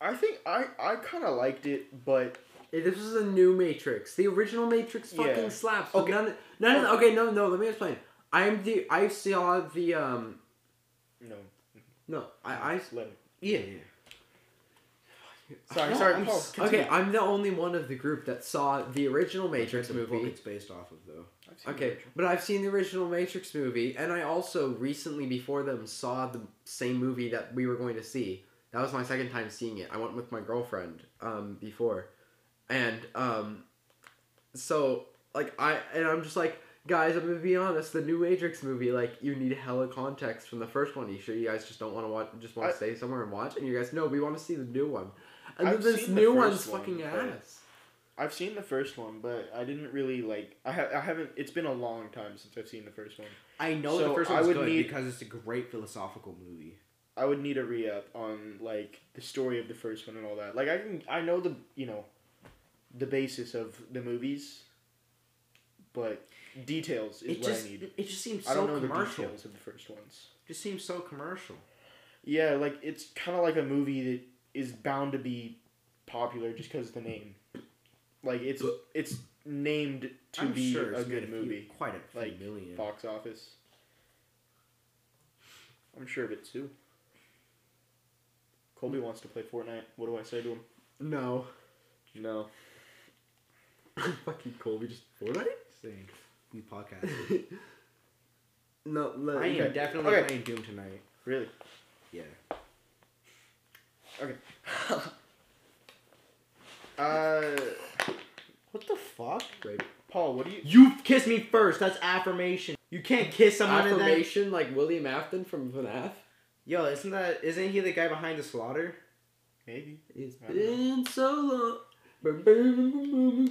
I think I I kind of liked it, but
Hey, this is a new Matrix. The original Matrix fucking
Yeah.
slaps. but
Okay.
None, none of the, okay, no, no. Let me explain. I'm the. I saw the. um
no.
No, I. I
Let it.
Yeah.
Sorry,
No,
sorry.
I'm
Paul,
s-
continue.
okay, I'm the only one of the group that saw the original Matrix
Matrix book
movie.
it's based off of though.
I've seen
Okay,
it.
but I've seen the original Matrix movie, and I also recently before them saw the same movie that we were going to see. That was my second time seeing it. I went with my girlfriend um, before, and um, so like I and I'm just like, guys, I'm gonna be honest. The new Matrix movie, like, you need hella context from the first one. You sure you guys just don't want to watch? Just want
I-
to stay somewhere and watch? And you guys, no, we want to see the new one. And then
I've
this
seen the
new
first
one's
one,
fucking
but-
ass.
I've seen the first one, but I didn't really like. I ha- I haven't. It's been a long time since I've seen the first one.
I know
So
the first
I
one's
would
good
need-
because it's a great philosophical movie.
I would need a re up on like the story of the first one and all that. Like I can I know the you know the basis of the movies, but details is
It
what
just
I need.
it just seems
I don't
so
know
commercial.
the details of the first ones.
just seems so commercial.
Yeah, like it's kind of like a movie that is bound to be popular just because the name. Like it's it's named to
I'm
be
sure
a
it's made
good
few-
movie,
quite a few
like,
million.
box office. I'm sure of it too. Colby wants to play Fortnite. What do I say to him?
No,
No.
fucking Colby just Fortnite.
Thing. We podcast.
No, let,
I am
Okay.
definitely
Okay.
playing Doom tonight.
Really?
Yeah.
Okay. uh,
What the fuck?
Right.
Paul, what do you?
You kiss me first. That's affirmation. You can't kiss someone and then.
affirmation like William Afton from FNAF.
Yo, isn't that isn't he the guy behind the slaughter?
Maybe.
It's
I don't know.
been so long.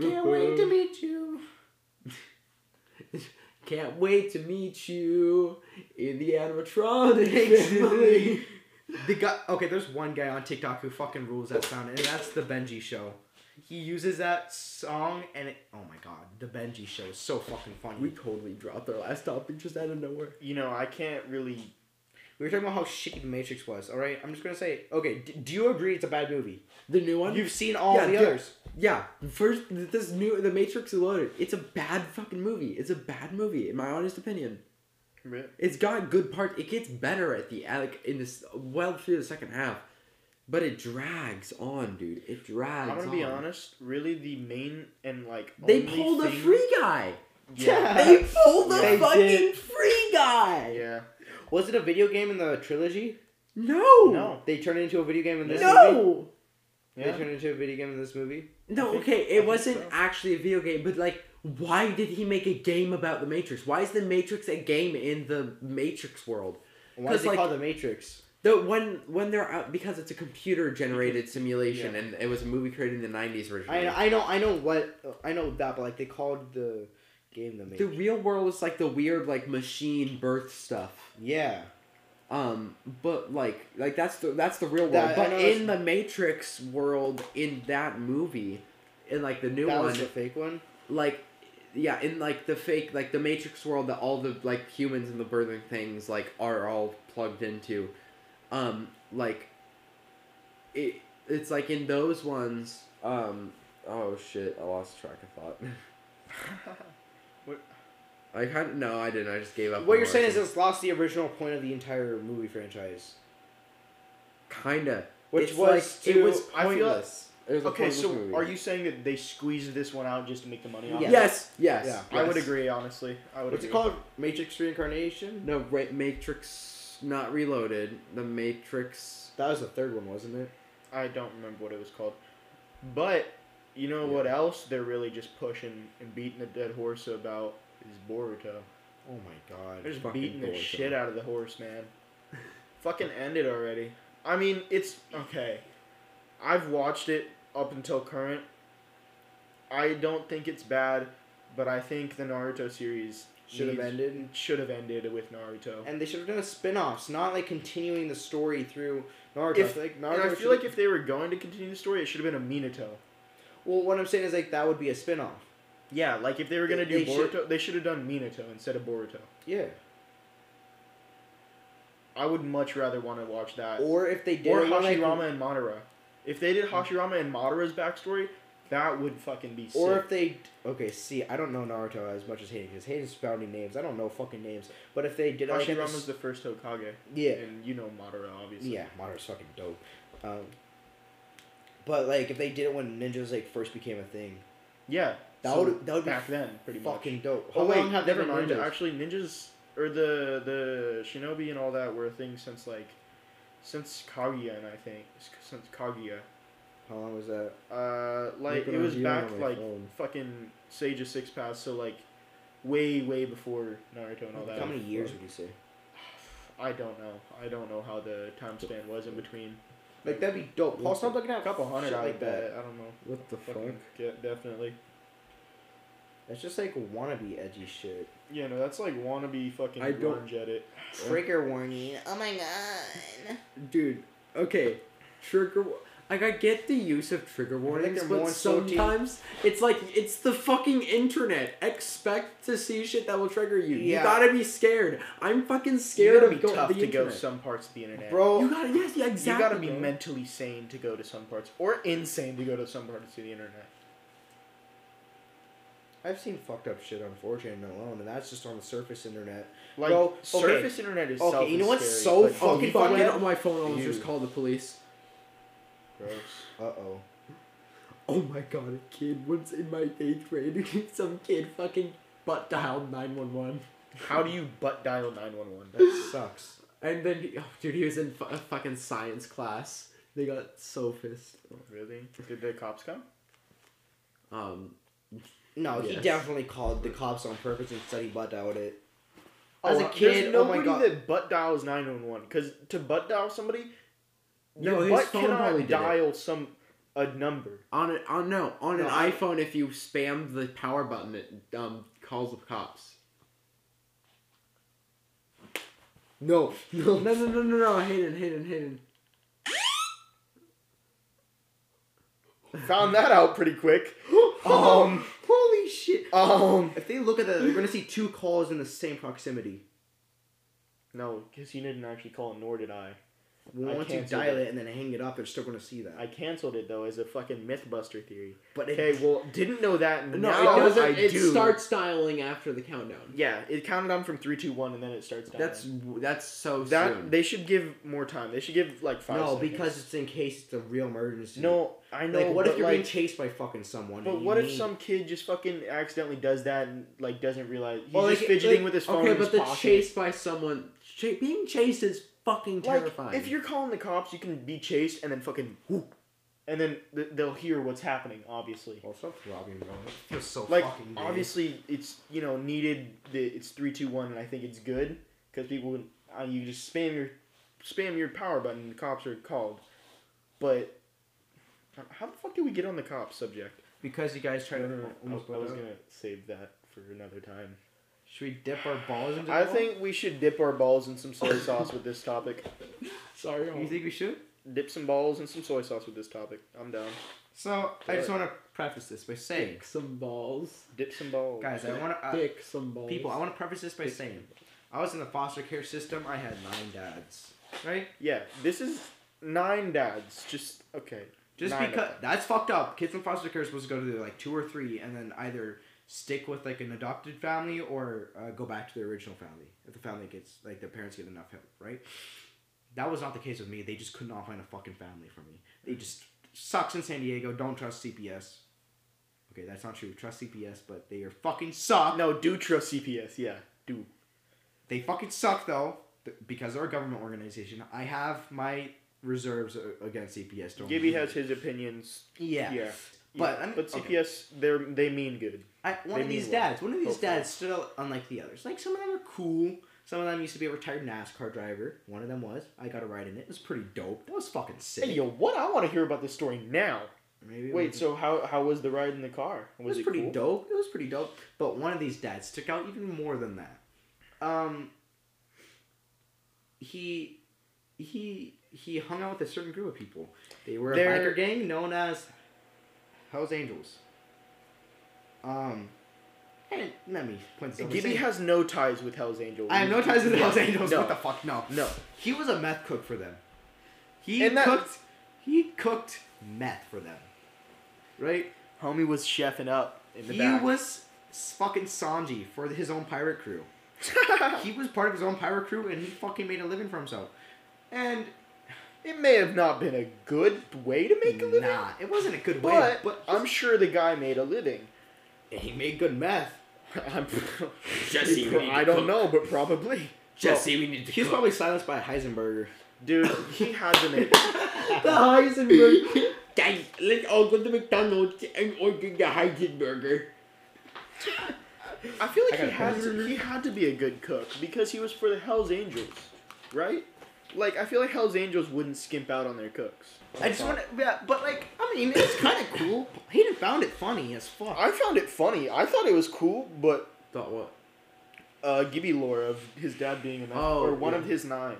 Can't wait to meet.
meet you.
Can't wait to meet you in the animatronics. family.
The guy. Okay, there's one guy on TikTok who fucking rules that sound, and that's the Benji Show. He uses that song, and it, oh my god, the Benji Show is so fucking funny.
we
We,
totally dropped our last topic just out of nowhere.
You know, I can't really.
were talking about how shitty the Matrix was. All right, I'm just gonna say. Okay, d- do you agree it's a bad movie?
The new one.
You've seen all
Yeah,
the
dude.
others.
Yeah, first this new The Matrix Reloaded. It's a bad fucking movie. It's a bad movie, in my honest opinion.
Really?
It's got good parts. It gets better at the like in this well through the second half, but it drags on, dude. It
I'm
drags.
gonna be
on.
honest. Really, the main and like
They
only
pulled a
thing-
free guy.
Yeah.
They pulled a
They
fucking
did.
free guy.
Yeah.
Was it a video game in the trilogy?
No.
No.
They turned it into a video game in this movie.
No.
They
Yeah.
turned it into a video game in this movie.
No.
think-
Okay,
I
it
think
wasn't
so.
actually a video game, but like, why did he make a game about the Matrix? Why is the Matrix a game in the Matrix world?
Why is
'Cause,
it
like-
called the Matrix?
The when when they're out because it's a computer generated simulation and it was a movie created in the '90s originally.
I I know I know what I know that, but like they called the game the
The
Matrix.
real world is like the weird like machine birth stuff.
yeah,
Um, but like like that's the that's the real world.
That- I
but
know
in the Matrix world, in that movie, in like the new
that
one,
was the fake one.
like yeah, in like the fake like the Matrix world that all the like humans and the birthing things like are all plugged into. Um, like it it's like in those ones, um oh shit, I lost track of thought.
What-
I kind of no, I didn't. I just gave up.
What
on
you're saying is
I was
it's lost the original point of the entire movie franchise,
saying. kinda,
which
It's
was
like,
to,
it was
I feel-
pointless. It was a
Okay,
pointless
so
movie.
are you saying that they squeezed this one out just to make the money off?
Yeah.
it?
Yes, yes.
Yeah.
I would
yes.
agree, honestly. I would
what's it
agree.
called Matrix Reincarnation.
No, Ra- Matrix not Reloaded. The Matrix.
That was the third one, wasn't it?
I don't remember what it was called. But you know what else they're really just pushing and beating the dead horse about is Boruto.
Oh my god.
They're just
Fucking
beating the
Boruto.
shit out of the horse, man. Fucking end it already. I mean, it's okay. I've watched it up until current. I don't think it's bad, but I think the Naruto series
Should have
needs-
ended.
Should have ended with Naruto.
And they should have done spin-offs, not like continuing the story through Naruto.
If-
I feel like
and
Naruto
I
should-
feel like if they were going to continue the story, it should have been a Minato.
well, what I'm saying is like that would be a spin-off.
Yeah, like if they were gonna do
They- they
Boruto,
should-
they should have done Minato instead of Boruto.
Yeah.
I would much rather want to watch that.
Or if they did
Or
it on, like,
Hashirama and Madara. If they did Hashirama and Madara's backstory, that would fucking be sick.
Or if they okay, see, I don't know Naruto as much as Hayden because Hayden's founding names. I don't know fucking names. But if they did it like in the
Hashirama's
s-
the first Hokage,
yeah,
and you know Madara, obviously.
yeah, Madara's fucking dope. Um, but like if they did it when ninjas like first became a thing,
Yeah.
that
so
would that would be
back then, pretty much.
fucking dope. How
Oh wait,
long have they
never
been
mind.
ninjas?
Actually, ninjas or the the shinobi and all that were a thing since like since Kaguya, and I think s- since Kaguya.
How long was that?
Uh, like
Looking
it was
on here on
back
my
like
phone.
fucking Sage of Six Paths, so like way way before Naruto and all that.
How many years would you say?
I don't know. I don't know how the time span was in between.
Like that'd be dope. Paul, stop looking at
A couple hundred,
shit
I
like
would
that.
bet. I don't know.
What the
Fucking yeah, definitely.
That's just like wannabe edgy shit.
Yeah, no, that's like wannabe fucking
I don't-
grunge edit.
Trigger warning. Oh my god.
Dude, okay. Trigger. wa- Like, I get the use of trigger warnings,
they're
but
more so deep-
sometimes it's like, it's the fucking internet. Expect to see shit that will trigger you.
Yeah.
You gotta be scared. I'm fucking scared
be
of go-
tough
the
to go
internet.
some parts of the internet,
Bro,
You gotta, yes, yeah,
You
exactly.
gotta be
bro.
mentally sane to go to some parts, or insane to go to some parts of the internet.
I've seen fucked up shit on 4chan and alone, and that's just on the surface internet.
Like
Bro, okay.
surface internet is
Okay, you know what's
self-scary,
so
but-
Oh,
fucking
fuck
fucking-
it, on my phone, I was
Ew.
just called the police.
gross.
Uh oh.
Oh my god, a kid was in my eighth grade. Some kid fucking butt dialed 911.
How do you butt dial nine one one?
That sucks.
And then, he- oh, dude, he was in fu- a fucking science class. They got so pissed.
Really? Did the cops come?
Um,
No, he
Yes.
definitely called the cops on purpose and said he butt out it. As a kid,
there's
oh my
nobody
God.
that butt dials nine one one because to butt dial somebody,
No,
your
his
butt
phone
cannot
probably did it.
dial some a number.
on an on no on
No,
an
I-
iPhone, if you spam the power button, it um calls the cops.
No,
No, no, no, no, no, hidden, hidden, hidden.
Found that out pretty quick. Oh.
Um,
holy shit!
Um,
if they look at that, they're gonna see two calls in the same proximity.
no, because he didn't actually call, nor did I. I
Once you
canceled
dial
it.
it and then hang it up, they're still gonna see that.
I canceled it though as a fucking MythBuster theory.
but it,
Okay, well, didn't know that.
No,
now
it doesn't.
I
it
do.
starts dialing after the countdown.
Yeah, it counted down from three, two, one, and then it starts. Down.
That's that's so
that.
soon.
They should give more time. They should give like five.
no,
seconds.
because it's in case it's a real emergency.
no, I know.
like what
but
if you're
like,
being chased by fucking someone?
But
and you
what if
need-
some kid just fucking accidentally does that and like doesn't realize he's
Well,
just
like-
fidgeting
like-
with his phone?
okay,
in
but
his
the
pocket.
chase by someone, cha- being chased is fucking
Like,
terrifying.
if you're calling the cops, you can be chased and then fucking whoop, and then th- they'll hear what's happening. Obviously,
Well, stop robbing, bro. It feels so
like
fucking good.
obviously it's you know needed. The, it's three, two, one, and I think it's good because people would- uh, you just spam your spam your power button. The cops are called, but how the fuck do we get on the cops subject?
because you guys try
No, no,
to
no, I was,
Uh, almost
I was
butt out.
gonna save that for another time.
Should we dip our balls into?
I
the
think we should dip our balls in some soy sauce with this topic.
sorry,
ball? You think we should?
Dip some balls in some soy sauce with this topic. I'm down.
So I just
Sure.
want to preface this by saying,
Dick some balls.
Dip some balls.
guys, I want to uh,
Dick some balls.
people. I want to preface this by saying, I was in the foster care system. I had nine dads, right?
Yeah, this is nine dads. Just okay.
Just
Nine of
because
them.
that's fucked up. Kids in foster care are supposed to go to their, like two or three, and then either stick with like an adopted family or uh, go back to their original family if the family gets like their parents get enough help, right? That was not the case with me. They just could not find a fucking family for me. They just sucks in San Diego. Don't trust CPS. Okay, that's not true. Trust CPS, but they are fucking suck.
No, do trust CPS. Yeah, do.
They fucking suck though, th- because they're a government organization. I have my reserves uh, against CPS. Don't
Gibby has his E opinions.
yeah.
Yeah. yeah.
But, I mean-
but
okay.
CPS, they're they mean good.
I, one
They
of
mean
these
well,
dads, one of these
hopefully.
dads stood out unlike the others. Like some of them are cool, Some of them used to be a retired NASCAR driver. One of them was. I got a ride in it. It was pretty dope. That was fucking sick.
Hey, yo, what? I want to hear about this story now.
Maybe it
Wait,
was-
so how how was the ride in the car?
it was,
Was it,
pretty
cool?
dope. It was pretty dope. But one of these dads took out even more than that. Um, he he he hung out with a certain group of people. They were
They're-
a biker gang known as Hell's Angels. Um, and let me point this out.
Gibby has no ties with Hell's Angels.
I have no ties with the Hells Angels.
No.
What the fuck? No.
No.
He was a meth cook for them. He
And that-
cooked. He cooked meth for them. Right.
Homie was chefing up in the
he
back.
was s- fucking Sanji for his own pirate crew. he was part of his own pirate crew, and he fucking made a living for himself. And
it may have not been a good way to make a living,
nah, it wasn't a good way.
but,
but
I'm sure the guy made a living.
he made good meth.
I'm,
Jesse, we need to
I don't
cook.
know, but probably.
Jesse, we need to.
He was
cook.
probably silenced by a Heisenberger.
Dude, he had to make.
the Heisenberg.
Guys, let's all go to McDonald's and order the Heisenberger.
I feel like
I
he
gotta
had
piss.
to, he had to be a good cook because he was for the Hell's Angels, right? Like I feel like Hell's Angels wouldn't skimp out on their cooks.
I just want to, yeah, but like, I mean, it's kind of cool. Hayden found it funny as fuck.
I found it funny. I thought it was cool, but
Thought what?
uh, Gibby lore of his dad being a meth,
Oh,
or one
yeah.
of his nine.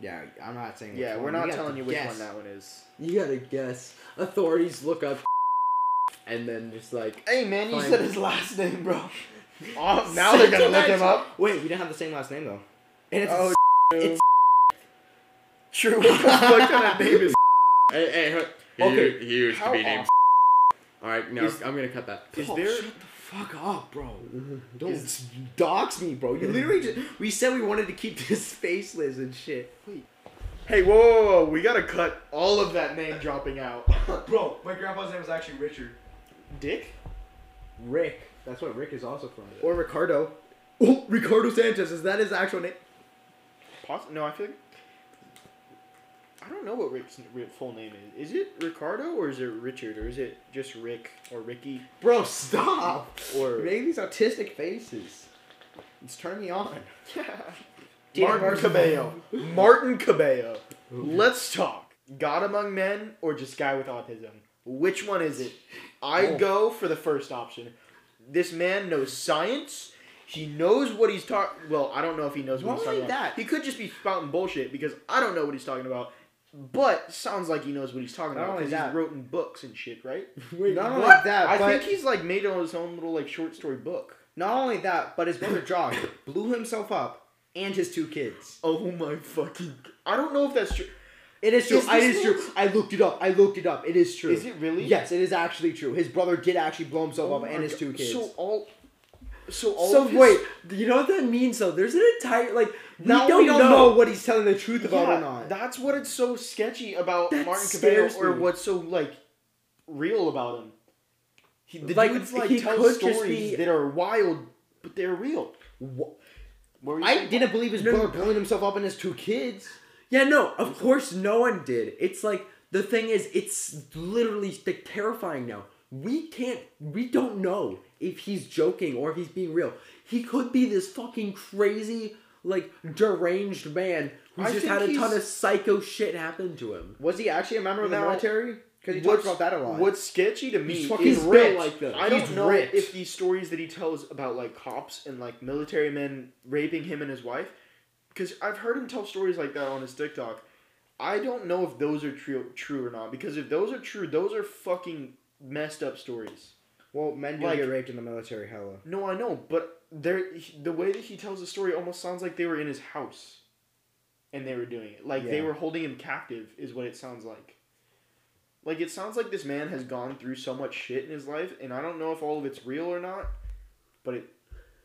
yeah, I'm not saying.
Yeah,
which
we're
one.
not
have
telling
to
you which
guess.
one that one is.
You gotta guess. Authorities look up and then just like.
Hey man,
you Fine. said his
last name, bro. Oh, now they're gonna look him up.
Wait, we don't have the same last name though. And it's
Oh,
it's-
true. What the fuck kind of name is?
Hey, hey, hey, he,
Okay,
he used to
How
be named.
off-
Alright, no,
Is-
I'm gonna cut that.
is
Paul,
there-
Oh, Shut the fuck up, bro. Mm-hmm. Don't dox me, bro. You literally just. We said we wanted to keep this faceless and shit.
Hey, whoa, whoa, whoa, we gotta cut all of that name dropping out.
Bro, my grandpa's name was actually Richard.
Dick?
Rick. That's what Rick is also from.
Or Ricardo?
Oh, Ricardo Sanchez. Is that his actual name?
Poss- no, I feel like. I don't know what Rick's n- Rick full name is. Is it Ricardo or is it Richard or is it just Rick or Ricky?
Bro, stop.
Or-
Make these autistic faces. It's turning me on.
Martin Cabello. Martin Cabello. Let's talk. God Among Men or just Guy with Autism? Which one is it? I go for the first option. This man knows science. He knows what he's talking. Well, I don't know if he knows what
Not
he's talking
only
about.
that-
He could just be spouting bullshit because I don't know what he's talking about. But sounds like he knows what he's talking
Not
about
only
because he's
that-
written books and shit, right?
Wait, not only
What?
that,
I
but
think he's like made his own little like short story book.
not only that, but his brother Josh blew himself up and his two kids.
Oh my fucking! I don't know if that's true.
It is true.
Is
I- it
this
is true. I looked it up. I looked it up. It is true.
Is it really?
Yes, it is actually true. His brother did actually blow himself
Oh
up
my
and his
God.
two kids.
So all. So all.
So
of his-
wait, you know what that means though? There's an entire like we
now
don't,
we don't know.
know.
what he's telling the truth
Yeah,
about or not.
that's what it's so sketchy about
That
Martin Cabello,
scares
or
me.
what's so like real about him. He, the
Like,
dudes like
he
tell
could just
stories
be-
that are wild, but they're real. What were you
I
saying?
didn't believe his
No,
brother blowing himself up and his two kids.
Yeah, no, of course no one did. It's like the thing is, it's literally like, terrifying now. We can't, we don't know if he's joking or if he's being real. He could be this fucking crazy, like deranged man who's
I
just
think
had a ton
he's-
of psycho shit happen to him.
Was he actually a member of
Now,
the military? Because he
What's-
talks about that a lot.
What's sketchy to me
He's fucking
is
built
like
like
that.
that.
I don't
He's
know
ripped.
if these stories that he tells about like cops and like military men raping him and his wife, because I've heard him tell stories like that on his TikTok. I don't know if those are true, true or not because if those are true, those are fucking messed up stories.
well, men do
like-
get raped in the military, hella.
No, I know, but there he- the way that he tells the story almost sounds like they were in his house, and they were doing it. Like they
Yeah.
were holding him captive, is what it sounds like. Like it sounds like this man has gone through so much shit in his life, and I don't know if all of it's real or not, but it,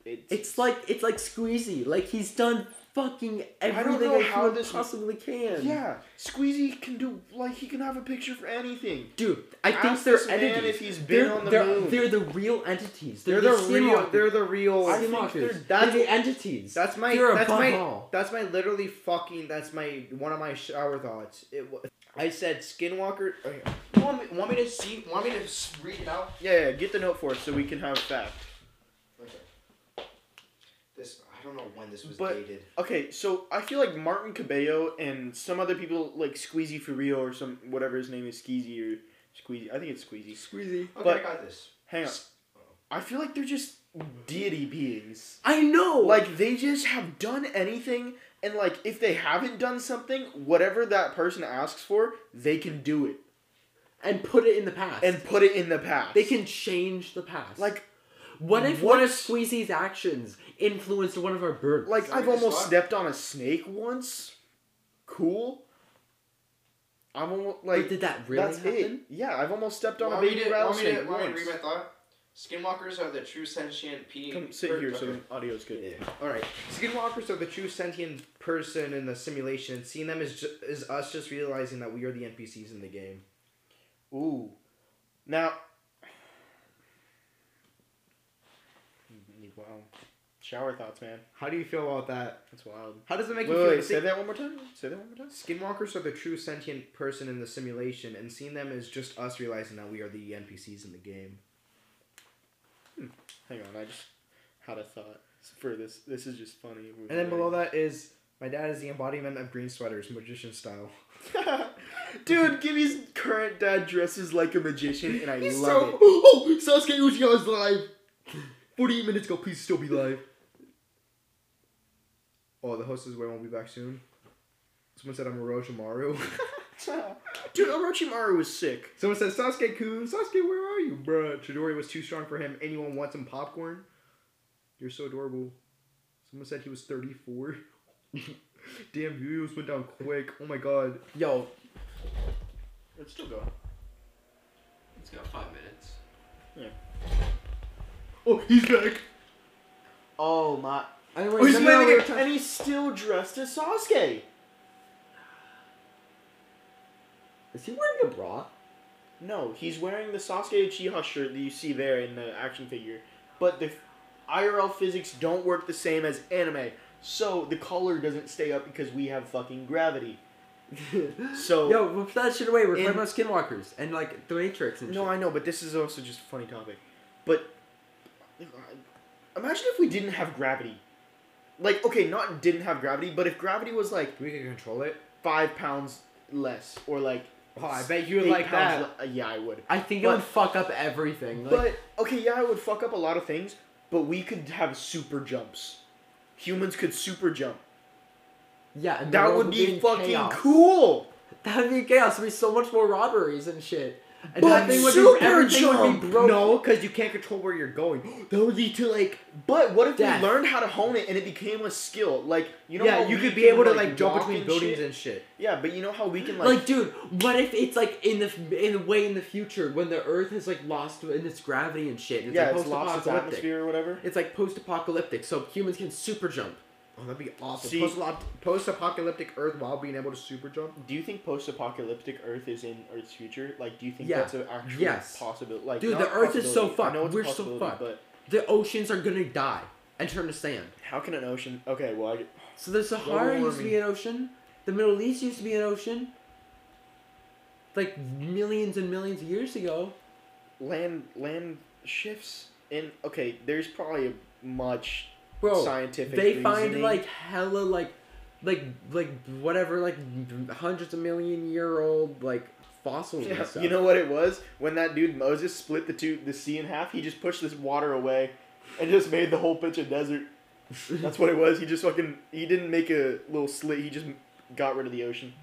it's,
It's like it's like squeezy. Like he's done fucking everything
don't know
a
how
human
this-
possibly can.
yeah, Squeezy can do like he can have a picture for anything.
Dude, I think
Ask
they're
this man
entities.
if he's been
they're,
on the
they're,
moon.
they're the real entities.
They're,
They're,
the,
the
real.
skinwalkers.
They're the real.
I think
Skinwalkers.
they're-
They're
that's-
the entities.
That's my.
They're
that's
above
my.
all.
That's my literally fucking. That's my one of my shower thoughts. It. wa- I said Skinwalker. Okay. You Want me, want me to see? Want me to s- read it out?
Yeah, yeah, get the note for us so we can have a fact.
This. I
I don't know when this was
But-
dated.
Okay, so I feel like Martin Cabello and some other people like Squeezy Furio or some whatever his name is, Skeezy or Squeezy. I think it's Squeezy.
Squeezy.
Okay,
But-
I got this.
Hang on. I feel like they're just deity beings.
I know.
Like they just have done anything, and like if they haven't done something, whatever that person asks for, they can do it
and put it in the past.
and put it in the past.
they can change the past.
like
what if one
what-
of Squeezy's actions influenced one of our birds?
like
Can I
I've
just
almost
walk?
stepped on a snake once. Cool. I'm almost like
But did that really
that's it.
happen?
Yeah, I've almost stepped on a
Want me
baby
to- want me to-
rattlesnake
want me to
once.
read my thought? Skinwalkers are the true sentient being.
Come sit
or-
here so
okay.
the audio's good.
All right, skinwalkers are the true sentient person in the simulation, and seeing them is ju- is us just realizing that we are the NPCs in the game.
Ooh. Now. Wow. Shower thoughts, man.
How do you feel about that?
That's wild.
How does it make
Wait,
you feel?
wait,
to
say
think-
that one more time. Say that one more time.
Skinwalkers are the true sentient person in the simulation, and seeing them is just us realizing that we are the NPCs in the game.
Hang on, I just had a thought for this. This is just funny. We're
And then below
very-
that is my dad is the embodiment of green sweaters, magician style.
Dude, Gibby's current dad dresses like a magician, and I love it.
Oh, Sasuke Uchiha is live. Forty-eight minutes ago, please still be live. Oh, the host is where won't be back soon. Someone said I'm Orochimaru.
Dude, Orochimaru was sick.
Someone said Sasuke Kun. Sasuke, where are you, bruh? Chidori was too strong for him. Anyone want some popcorn? You're so adorable. Someone said he was 34. Damn, views went down quick. Oh my god.
Yo,
It's still going.
It's got five minutes.
Oh, he's back. Oh my!
anyway,
Oh, he's
no, no, no, we
waving
were
it,
talking-
and he's still dressed as Sasuke.
Is he wearing a bra?
No, he's wearing the Sasuke Uchiha shirt that you see there in the action figure, but the IRL physics don't work the same as anime, so the collar doesn't stay up because we have fucking gravity. So
Yo, put that shit away. We're
In-
talking about skinwalkers and like the Matrix and
no,
shit.
I know, but this is also just a funny topic. But imagine if we didn't have gravity. Like, okay, not didn't have gravity, but if gravity was like
We can control it.
five pounds less, or like
Oh, I bet you would
eight
like that.
pounds le- uh, yeah, I would.
I think it
But-
would fuck up everything. Like,
But okay, yeah, it would fuck up a lot of things, but we could have super jumps. Humans could super jump.
yeah, and the
That
world
would be
in
fucking
chaos.
cool.
That would be chaos. There'd be so much more robberies and shit. And
But
that thing would
super
be, everything would
jump!
be broke.
No, because you can't control where you're going. that would lead to like.
But what if
Death.
we learned how to hone it and it became a skill? Like you know,
yeah,
how
you
we
could be
can,
able to like jump
walk
between
and
buildings
shit?
and shit.
yeah, but you know how we can
Like,
like,
dude, what if it's like in the f- in the way in the future when the Earth has like lost in its gravity and shit, and it's
yeah,
like
it's lost its
post-apocalyptic.
atmosphere or whatever.
It's like post-apocalyptic, so humans can super jump.
Oh, that'd be awesome.
See-
Post-alop- Post-apocalyptic Earth while being able to super jump.
Do you think post-apocalyptic Earth is in Earth's future? Like, do you think
Yeah.
that's an actual
Yes.
possibility? Like,
Dude,
not
the Earth is so
possibility. I know it's
fucked.
a
We're so
possibility,
fucked.
But
The oceans are gonna die and turn to sand.
how can an ocean? Okay, well, I,
So the Sahara used to
warming.
be an ocean. The Middle East used to be an ocean. Like millions and millions of years ago.
land land shifts in okay there's probably a much
Bro,
scientific
they find
reasoning.
like hella like like like whatever like hundreds of million year old like fossils
Yeah,
and stuff.
you know what it was when that dude moses split the two the sea in half he just pushed this water away and just made the whole pitch a desert that's what it was he just fucking he didn't make a little slit he just got rid of the ocean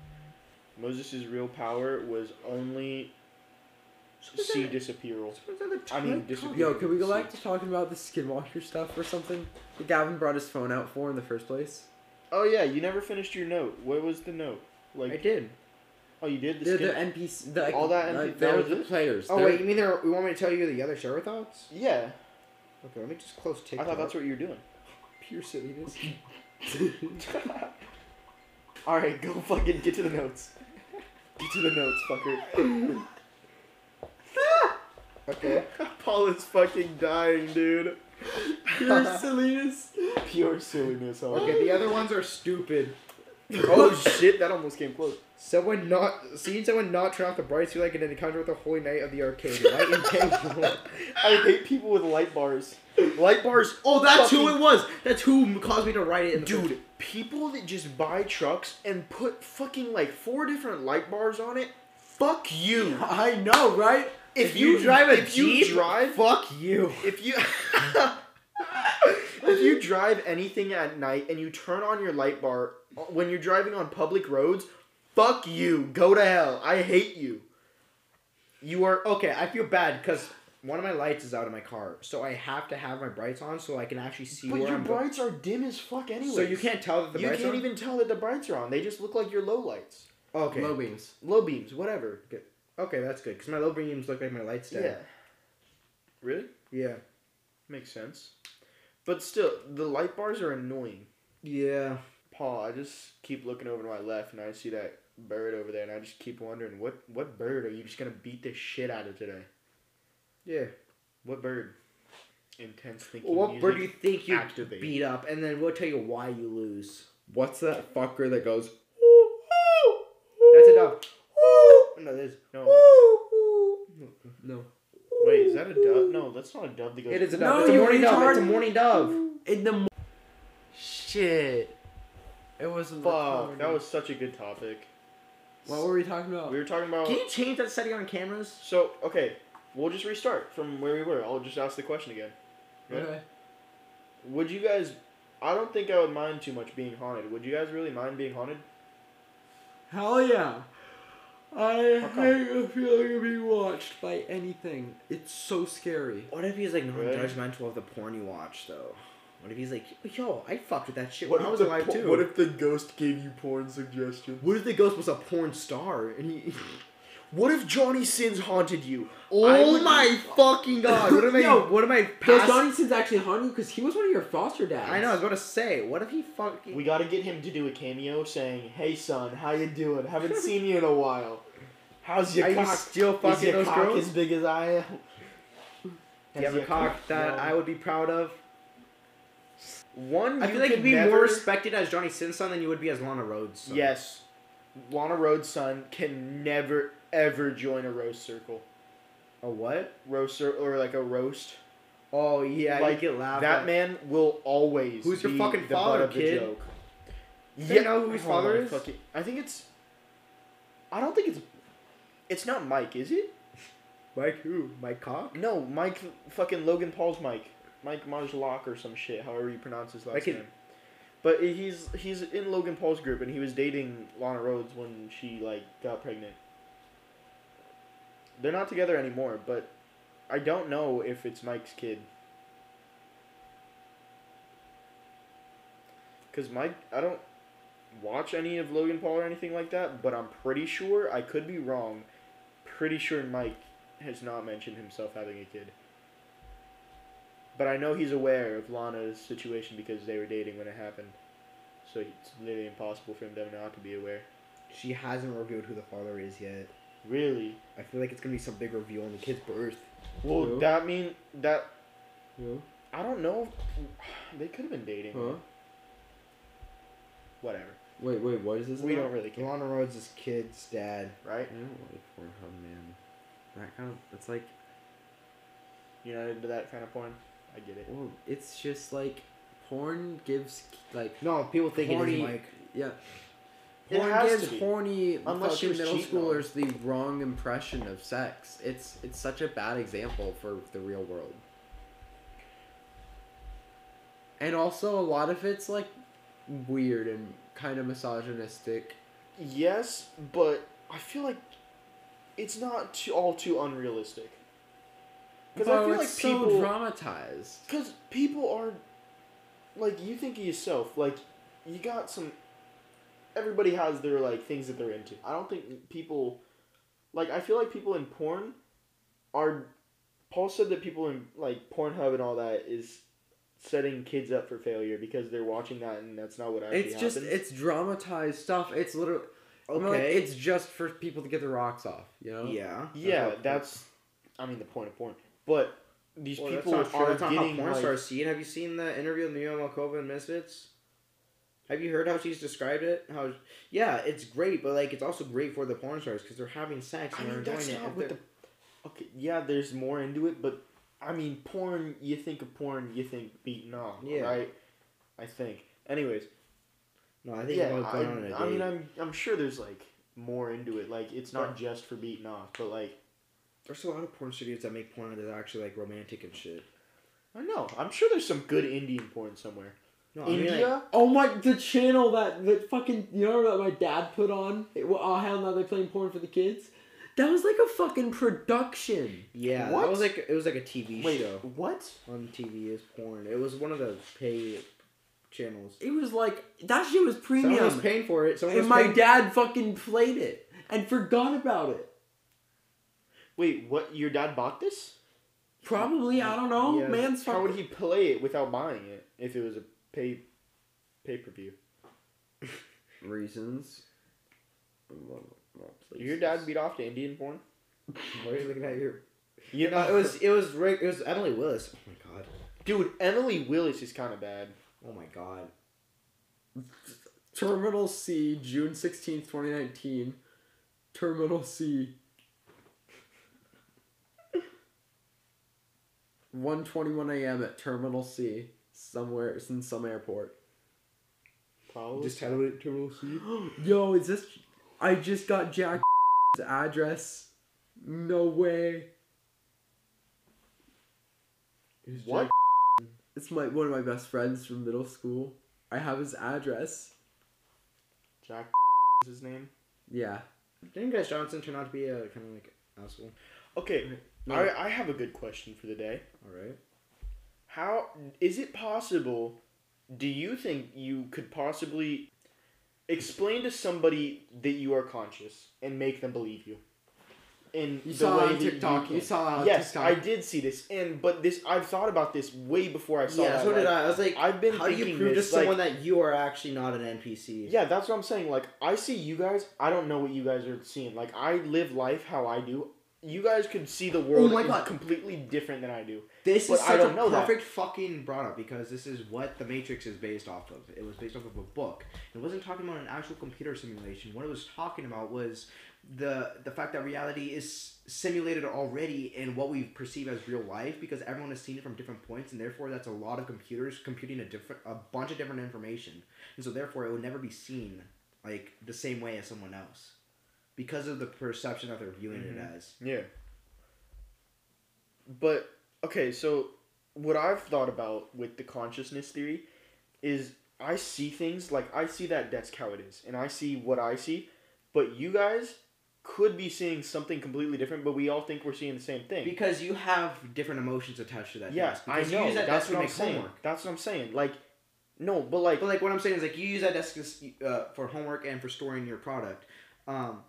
moses' real power was only sea disappearal i mean disappear
Yo, can we go back to talking about the skinwalker stuff or something? That Gavin brought his phone out for in the first place.
oh yeah you never finished your note what was the note like
I did.
oh you did
The, the
skin-
NPC, the,
All that
like,
NPC that
they're
was
the
it?
players.
Oh
They're-
wait, you mean there? You want me to tell you the other shower thoughts?
yeah
Okay, let me just close
I
TikTok.
thought that's what you were doing.
pure silliness.
All right, go fucking get to the notes. Get to the notes, fucker.
Okay.
Paul is fucking dying, dude.
Pure silliness.
Pure silliness. Huh?
Okay, the other ones are stupid.
oh shit, that almost came close.
Someone not seeing someone not turn off the brights, you like an encounter with the holy knight of the arcade. Right? Intangible.
I hate people with light bars.
Light bars. Oh, that's who it was. That's who caused me to write it. In the
Dude, people that just buy trucks and put fucking like four different light bars on it, fuck you.
I know, right?
If,
you drive a
if you
Jeep,
drive
fuck you.
if you if you drive anything at night and you turn on your light bar uh, when you're driving on public roads, fuck you. Go to hell. I hate you.
you are okay. I feel bad because one of my lights is out of my car, so I have to have my brights on so I can actually see
But
where
your
I'm going.
brights are dim as fuck anyway.
So you can't tell that the
You
brights
can't
are on?
even tell that the brights are on. They just look like your low lights,
okay.
Low beams.
low beams, whatever.
Okay, that's good because my low beams look like my lights
Yeah.
dead.
Really?
Yeah.
Makes sense. But still, the light bars are annoying.
Yeah.
Paul, I just keep looking over to my left and I see that bird over there and I just keep wondering what what bird are you just gonna beat the shit out of today?
Yeah.
What bird? Intense thinking.
Well, what bird do you
music.
think you
activate.
beat up, and then we'll tell you why you lose.
What's that fucker that goes?
That's a dove. No, that's
No,
No.
wait, is that a dove? No, that's not a dove that goes.
it is a dove.
No,
it's a
you
morning dove. It's a
retard.
morning dove.
In the. Mo- Shit. It wasn't.
Fuck, that was such a good topic.
What were we talking about?
We were talking about.
Can you change that setting on cameras?
So okay, we'll just restart from where we were. I'll just ask the question again.
Okay.
Would you guys? I don't think I would mind too much being haunted. Would you guys really mind being haunted?
Hell yeah. I
come?
hate the feeling of being watched by anything. It's so scary.
What if he's like
Really?
non-judgmental of the porn you watch though? What if he's like, yo, I fucked with that shit
What
when I
if
was
the
alive
po-
too?
What if the ghost gave you porn suggestions?
What if the ghost was a porn star and he?
What if Johnny Sins haunted you?
Oh
would-
my fucking god! What am I?
Yo,
what am I?
Does
Past-
Johnny Sins actually haunt you? Because he was one of your foster dads.
I know. I was about to say, what if he fucking?
We gotta get him to do a cameo saying, "Hey son, how you doing? Haven't seen you in a while. How's your
Are you
cock?
still
Is
fucking
your
those
cock
girls?
as big as I am?
Do you have a cock that I would be proud of?
one.
I
you
feel like
could
you'd be
never-
more respected as Johnny Sinson than you would be as Lana Rhodes. son.
Yes, Lana Rhodes' son can never ever join a roast circle,
A what?
roast cir- or like a roast.
Oh yeah,
Like,
you get laughed
that
at.
man will always.
Who's your
be
fucking
the
father,
butt of the
kid?
joke.
you know who his
oh
father
my
is?
fucking- I think it's. I don't think it's. It's not Mike, is it?
Mike who? Mike cock?
No, Mike fucking Logan Paul's Mike. Mike Majlock or some shit, however you pronounce his last
Like it-
name. But he's he's in Logan Paul's group and he was dating Lana Rhodes when she like got pregnant. They're not together anymore, but I don't know if it's Mike's kid. Cause Mike, I don't watch any of Logan Paul or anything like that, but I'm pretty sure I could be wrong. Pretty sure Mike has not mentioned himself having a kid. But I know he's aware of Lana's situation because they were dating when it happened. So it's literally impossible for him to not to be aware.
She hasn't revealed who the father is yet.
Really?
I feel like it's gonna be some big reveal on the kid's birth.
Well,
Who?
that mean that
Huh?
I don't know. if- They could have been dating.
Huh?
Whatever.
Wait, wait, what is this?
We
about?
don't really care,
Lana Rhodes is kid's dad.
right?
I don't like Pornhub, man. That kind of. It's like.
You're not into that kind of porn. I get it.
Well, it's just like. Porn gives. like.
No, people think it
Horny.
is Mike.
Yeah.
It
Porn
has
gives
to be.
horny
Unless she
fucking
was
middle
cheating on
schoolers the wrong impression of sex. It's it's such a bad example for the real world. And also a lot of it's like weird and kind of misogynistic.
Yes, but I feel like it's not too, all too unrealistic. Because I
Bro,
feel like
it's so
people.
dramatized.
Because people are, like, you think of yourself, like, you got some. Everybody has their like things that they're into. I don't think people, like, I feel like people in porn, are. Paul said that people in like Pornhub and all that is setting kids up for failure because they're watching that and that's not what actually
It's just
happens.
it's dramatized stuff. It's literally I mean, like,
Okay.
it's just for people to get their rocks off, you know?
yeah.
yeah,
Okay.
that's. Uh, I mean the point of porn, but these
Well,
people
that's not true.
are
That's not how
getting
porn
like,
stars see it. Have you seen the interview with Mia Malkova and Misfits? Have you heard how she's described it? How yeah, it's great, but like it's also great for the porn stars because they're having sex
I
and
mean,
they're
that's
enjoying it.
not
If
what
they're-
the. Okay, yeah, there's more into it, but I mean, porn. You think of porn, you think beaten off,
Yeah.
right? I think. Anyways,
no, I think
yeah,
about
I,
going on a
I mean,
date.
I'm I'm sure there's like more into it. Like, it's not just for beating off, but like,
there's a lot of porn studios that make porn that are actually like romantic and shit.
I don't know. I'm sure there's some good Indian porn somewhere.
No, I mean,
India.
like,
Oh my, the channel that that fucking you know that my dad put on. It, wa- oh hell, now they're playing porn for the kids. That was like a fucking production.
yeah,
What?
that was like it was like a TV
Wait,
show
what?
on TV is porn. It was one of the pay channels.
It was like that shit was
Someone was
premium,
paying for it. Someone was
and my
paying-
dad fucking played it and forgot about it.
Wait, what? Your dad bought this?
Probably I don't know.
Oh,
Yeah.
Man's
How would
fucking.
he play it without buying it if it was a pay pay per view?
Reasons. Well, well, please.
Your dad beat off to Indian porn?
Why are you looking at your?
You
No, Uh, it was it was Rick. It was Emily Willis. Oh my god.
dude. Emily Willis is kind of bad.
Oh my god.
Terminal C, June sixteenth, twenty nineteen. Terminal C. One twenty one a.m. at Terminal C, somewhere it's in some airport.
Probably.
Just had a terminal C.
Yo, is this? I just got Jack's address. No way.
Who's
what?
It's my one of my best friends from middle school. I have his address.
Jack is his name.
Yeah.
Didn't Guys Johnson turn out to be a kind of like asshole?
Okay,
No.
I I have a good question for the day.
All right.
How is it possible? Do you think you could possibly explain to somebody that you are conscious and make them believe you? In
You
the
saw
way
on
that you
TikTok. You,
can.
saw on
yes,
TikTok.
I did see this, and but this I've thought about this way before I saw
yeah,
that.
so did
like,
I. I was like,
I've been
how do
thinking
you prove
this,
to
like,
someone that you are actually not an NPC?
Yeah, that's what I'm saying. Like, I see you guys. I don't know what you guys are seeing. Like, I live life how I do. You guys could see the world
Oh my
in
God.
completely different than I do.
This
But
is
I
such
don't
a
know that.
perfect fucking brought up because this is what The Matrix is based off of. It was based off of a book. It wasn't talking about an actual computer simulation. What it was talking about was the the fact that reality is simulated already in what we perceive as real life because everyone has seen it from different points and therefore that's a lot of computers computing a different a bunch of different information. And so therefore it would never be seen like the same way as someone else because of the perception that they're viewing
Mm-hmm.
it as.
Yeah. But okay, so what I've thought about with the consciousness theory is I see things like I see that desk how it is, and I see what I see, but you guys could be seeing something completely different, but we all think we're seeing the same thing.
Because you have different emotions attached to that.
yeah,
desk.
I
Because you
know.
use that
that's
desk to
what I'm
make
saying.
homework.
That's what I'm saying. Like, no, but like,
But like what I'm saying is like you use that desk as, uh, for homework and for storing your product. Um,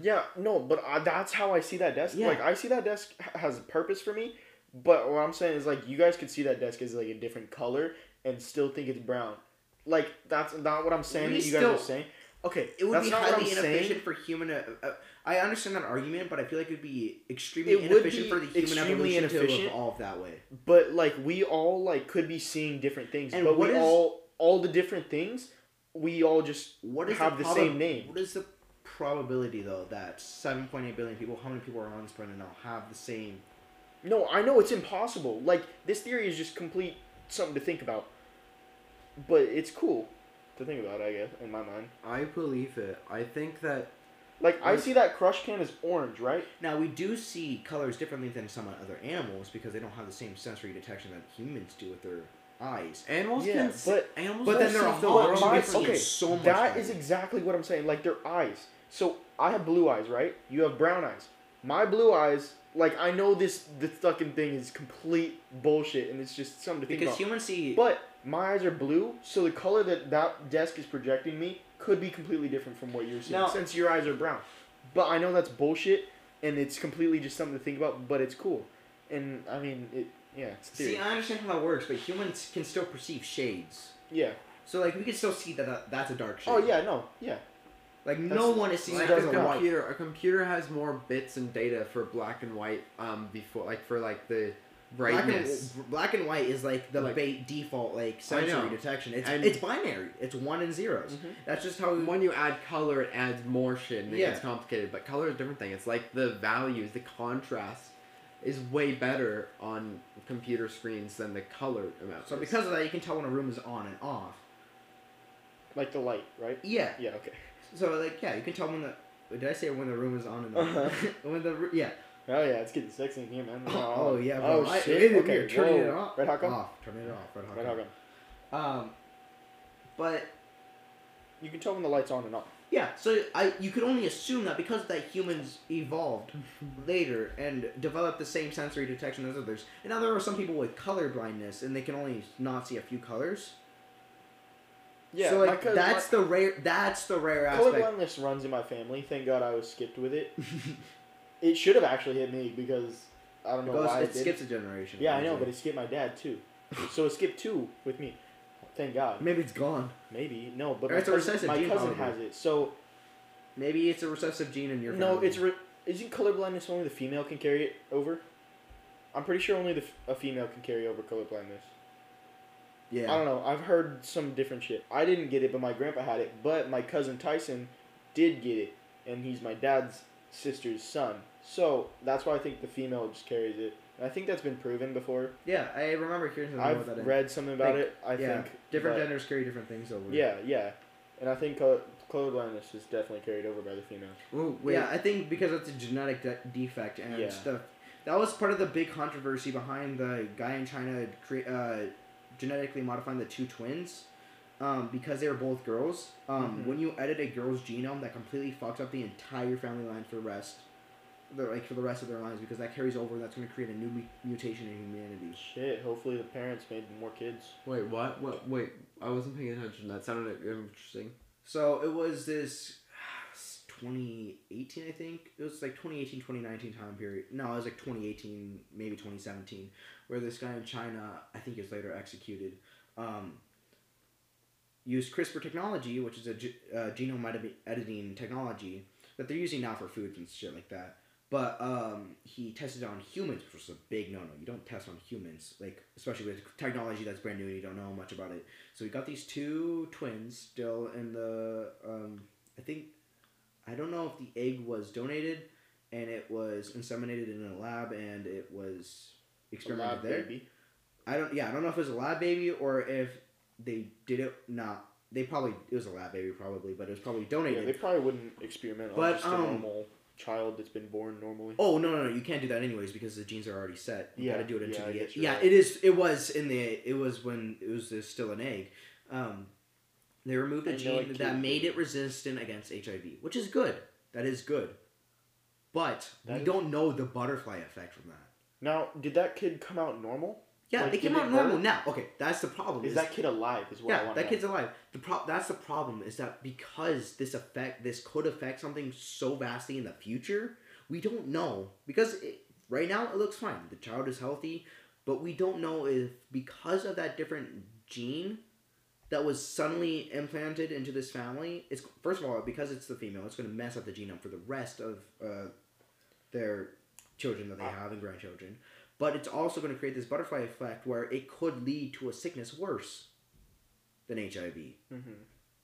Yeah, no, but I, that's how I see that desk.
Yeah.
Like I see that desk h- has a purpose for me, but what I'm saying is like you guys could see that desk as like a different color and still think it's brown. Like that's not what I'm saying.
We
that you
still-
guys are saying. Okay,
it would
that's
be
not what I'm
highly
saying.
inefficient for human. Uh, uh, I understand that argument, but I feel like it would be extremely
It would
inefficient
be
for the human
extremely
evolution to
inefficient.
evolve that way.
But like we all like could be seeing different things,
And
but
what
we
is-
all all the different things we all just
What is
have the,
proba-
same name.
What is the probability though that 7.8 billion people, how many people are on this planet now, have the same?
No, I know it's impossible. Like this theory is just complete something to think about. But it's cool to think about, I guess, in my mind.
I believe it. I think that
Like I
Yes.
see that crush can is orange, right?
Now we do see colors differently than some other animals because they don't have the same sensory detection that humans do with their eyes.
animals
Yeah,
can. s-
but-
animals.
But
can
then they're
see
a whole lot
colors.
more
My-
different.
okay,
so much
That
better.
is exactly what I'm saying. Like their eyes. So I have blue eyes, right? You have brown eyes. My blue eyes, like I know this this fucking thing is complete bullshit and it's just something to think
Because
about.
humans see
but my eyes are blue, so the color that that desk is projecting me could be completely different from what you're seeing
Now-
since your eyes are brown. But I know that's bullshit and it's completely just something to think about, but it's cool. And I mean, it yeah, it's theory.
See, I understand how that works, but humans can still perceive shades.
yeah.
So like we can still see that, that that's a dark shade.
Oh yeah, no. Yeah.
Like no
That's-
one is seeing
Like,
that
doesn't
a
doesn't
work.
white.
computer, a computer has more bits and data for black and white. Um, before like for like the brightness.
Black and, black and white is like the
Like-
ba- default like
know.
sensory detection. It's
And-
it's binary. It's one and zeros.
Mm-hmm.
Mhm.
That's just how.
When you add color, it adds more shit and it
Yeah.
gets complicated. But color is a different thing. It's like the values, the contrast is way better on computer screens than the color amount.
so
is.
because of that, you can tell when a room is on and off.
Like the light, right?
Yeah.
Yeah. Okay.
So like yeah, you can tell when the. Did I say when the room is on and off?
Uh-huh.
when the ro- yeah.
Oh yeah, it's getting sexy in here, man.
Oh, yeah. Bro.
Oh
I-
shit.
it is
okay.
weird. Turning
whoa.
it off. Oh,
Red hot gum?
Off. Turn it off. Red hot.
Red
gum.
hot gum.
Um, but
You can tell when the light's on and off.
yeah, so I you could only assume that because that humans evolved later and developed the same sensory detection as others. And now there are some people with color blindness and they can only not see a few colors.
Yeah.
so like
because
that's the rare that's the rare
my,
aspect.
colorblindness runs in my family. Thank God I was skipped with it. it should have actually hit me because I don't know
Because
why
it
did.
skips a generation.
Yeah, I know, but
usually.
it skipped my dad too. so it skipped two with me. Thank God.
maybe it's gone.
Maybe no, but
Or
my
it's a
cousin,
recessive
my
gene
cousin has
probably.
it. So
Maybe it's a recessive gene in your
no,
family.
it's re- isn't colorblindness only the female can carry it over? I'm pretty sure only the f- a female can carry over colorblindness. I
yeah.
don't know. I've heard some different shit. I didn't get it, but my grandpa had it. But my cousin Tyson did get it, and he's my dad's sister's son. So that's why I think the female just carries it. And I think that's been proven before.
Yeah, I remember hearing something about
I've
that. in-
read something about
Like,
it. I
yeah,
think
different
but-
genders carry different things over.
Yeah, yeah, and I think color, colorblindness is definitely carried over by the female.
Ooh, wait,
Yeah, I think because that's a genetic de- defect and
Yeah.
stuff. That was part of the big controversy behind the guy in China cre- uh, genetically modifying the two twins um, because they were both girls. Um,
Mhm.
When you edit a girl's genome, that completely fucks up the entire family line for the rest. The, like for the rest of their lives because that carries over. That's going to create a new mu- mutation in humanity.
Shit. Hopefully the parents made more kids.
wait, what? What? Wait, I wasn't paying attention. That sounded interesting.
So it was this 2018, I think. It was like 2018, 2019 time period. No, it was like 2018, maybe 2017, where this guy in China, I think he was later executed, um, used CRISPR technology, which is a ge- uh, genome edit- editing technology that they're using now for foods and shit like that. But um, he tested it on humans, which was a big no-no. You don't test on humans, like especially with technology that's brand new and you don't know much about it. So we got these two twins still in the. Um, I think, I don't know if the egg was donated, and it was inseminated in a lab, and it was experimented
Lab
there.
baby.
I don't. Yeah, I don't know if it was a lab baby or if they did it. Not. They probably it was a lab baby probably, but it was probably
Yeah,
donated.
they probably wouldn't experiment on
But,
just a
um,
normal child that's been born normally.
Oh no no no! You can't do that anyways because the genes are already set. You
Yeah,
gotta do it into
yeah, I
the egg.
guess you're
Yeah,
right.
it is. It was in the. It was when it was, there's still an egg. Um, they removed
I
a
know it
gene
can't
that
be.
made it resistant against HIV, which is good. That is good. But
That
we
is-
don't know the butterfly effect from that.
Now, did that kid come out normal?
Yeah,
Like,
they came
did it
out normal
hurt?
now. Okay, that's the problem.
Is that kid alive? Is what I
yeah,
want.
that kid's alive. The pro- that's the problem is that because this affect this could affect something so vastly in the future, we don't know because it, right now it looks fine. The child is healthy, but we don't know if because of that different gene that was suddenly implanted into this family. It's first of all because it's the female, it's going to mess up the genome for the rest of uh, their children that they
Ah.
have and grandchildren. But it's also going to create this butterfly effect where it could lead to a sickness worse than HIV
Mm-hmm.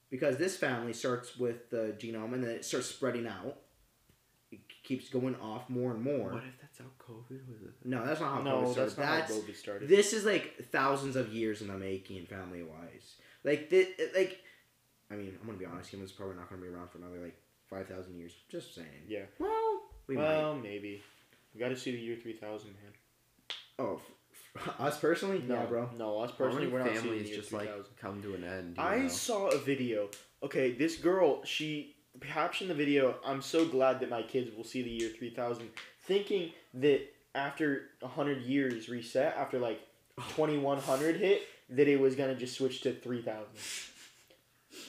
because this family starts with the genome and then it starts spreading out. It keeps going off more and more.
What if that's how COVID was?
No, that's not how
No,
COVID started.
that's not how
That's,
Boba started.
this is like thousands of years in the making, family wise. Like this, like I mean, I'm gonna be honest. Humans are probably not gonna be around for another like five thousand years. Just saying.
Yeah.
Well, we might.
well, maybe. We got to see the year three thousand, man.
Oh, us personally,
No,
yeah, bro.
No, us
How
personally,
many
we're not seeing the
families
year
just
three
like
thousand.
come to an end? you
I
know?
saw a video. Okay, this girl, she perhaps in the video, I'm so glad that my kids will see the year 3000, thinking that after 100 years reset, after like 2100 hit, that it was going to just switch to 3000.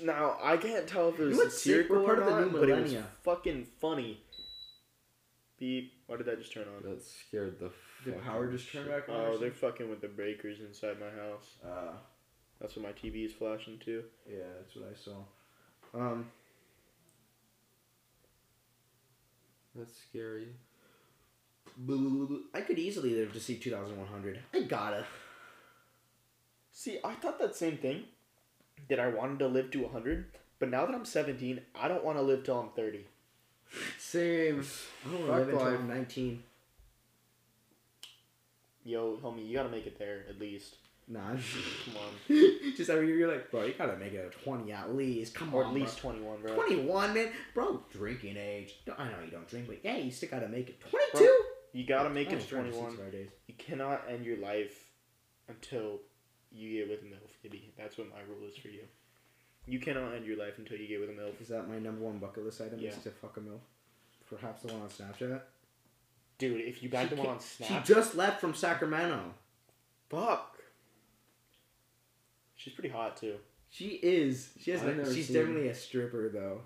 Now, I can't tell if it was
You would see-
satirical
we're part
or
of the
not,
new
but it was
millennia.
fucking funny. Beep. Why did that just turn on?
That scared the.
Did
fuck
power
out of
just turn
shit.
back on? or
Oh, they're
something?
fucking with the breakers inside my house.
Uh,
That's what my TV is flashing to.
yeah, that's what I saw. Um,
That's scary.
Boo. I could easily live to see 2100. I gotta.
See, I thought that same thing that I wanted to live to 100, but now that I'm 17, I don't want to live till I'm 30.
Same.
I don't want to live until
life.
I'm 19.
Yo, homie, you gotta make it there at least.
Nah.
Come on.
Just every year you're like, bro, you gotta make it a 20 at least. Come
Or
on.
at
bro."
least 21, bro.
21, man. Bro, drinking age. No, I know you don't drink, but yeah, you still gotta make it. 22?
You gotta make
I
it
was
to
trying to
21.
six of our days.
You cannot end your life until you get with a MILF, Gibby. That's what my rule is for you. You cannot end your life until you get with a MILF.
Is that my number one bucket list item?
Yeah.
Is to fuck a milf. Perhaps the one on Snapchat.
Dude, if you got
She
them on
can't-
Snap.
She just left from Sacramento.
Fuck. She's pretty hot, too.
She is. She has.
I've never
she's
seen-
definitely a stripper though,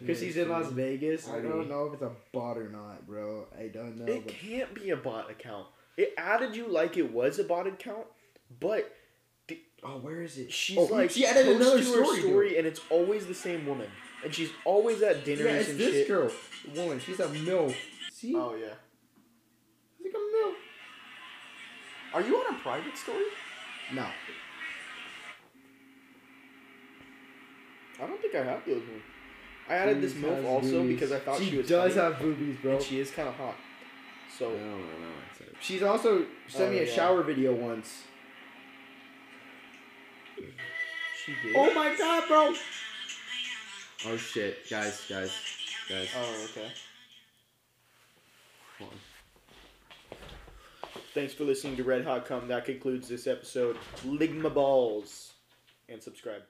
because she's in Las Vegas. I don't know if it's a bot or not, bro. I don't know.
It can't be a bot account. It added you like it was a bot account, but
oh, where is it?
she's
Oh,
like
she added
posts
another
to her
story to
story, and it's always the same woman, and she's always at dinners
Yeah, it's
and
this
shit.
girl, woman. She's a milf. See,
Oh yeah.
she's like a milf.
Are you on a private story?
No,
I don't think I have those ones. I added this
She
milf
has
also
boobies.
because I thought she,
she
was.
does
funny,
have boobies, bro.
and she is kind of hot. So
No, no, no. It's like,
She's also sent
Oh,
me a
yeah.
shower video once.
she did.
Oh my god, bro!
oh shit, guys, guys, guys.
Oh, okay.
Hold on.
Thanks for listening to Red Hot Cum. That concludes this episode. Ligma balls, and subscribe.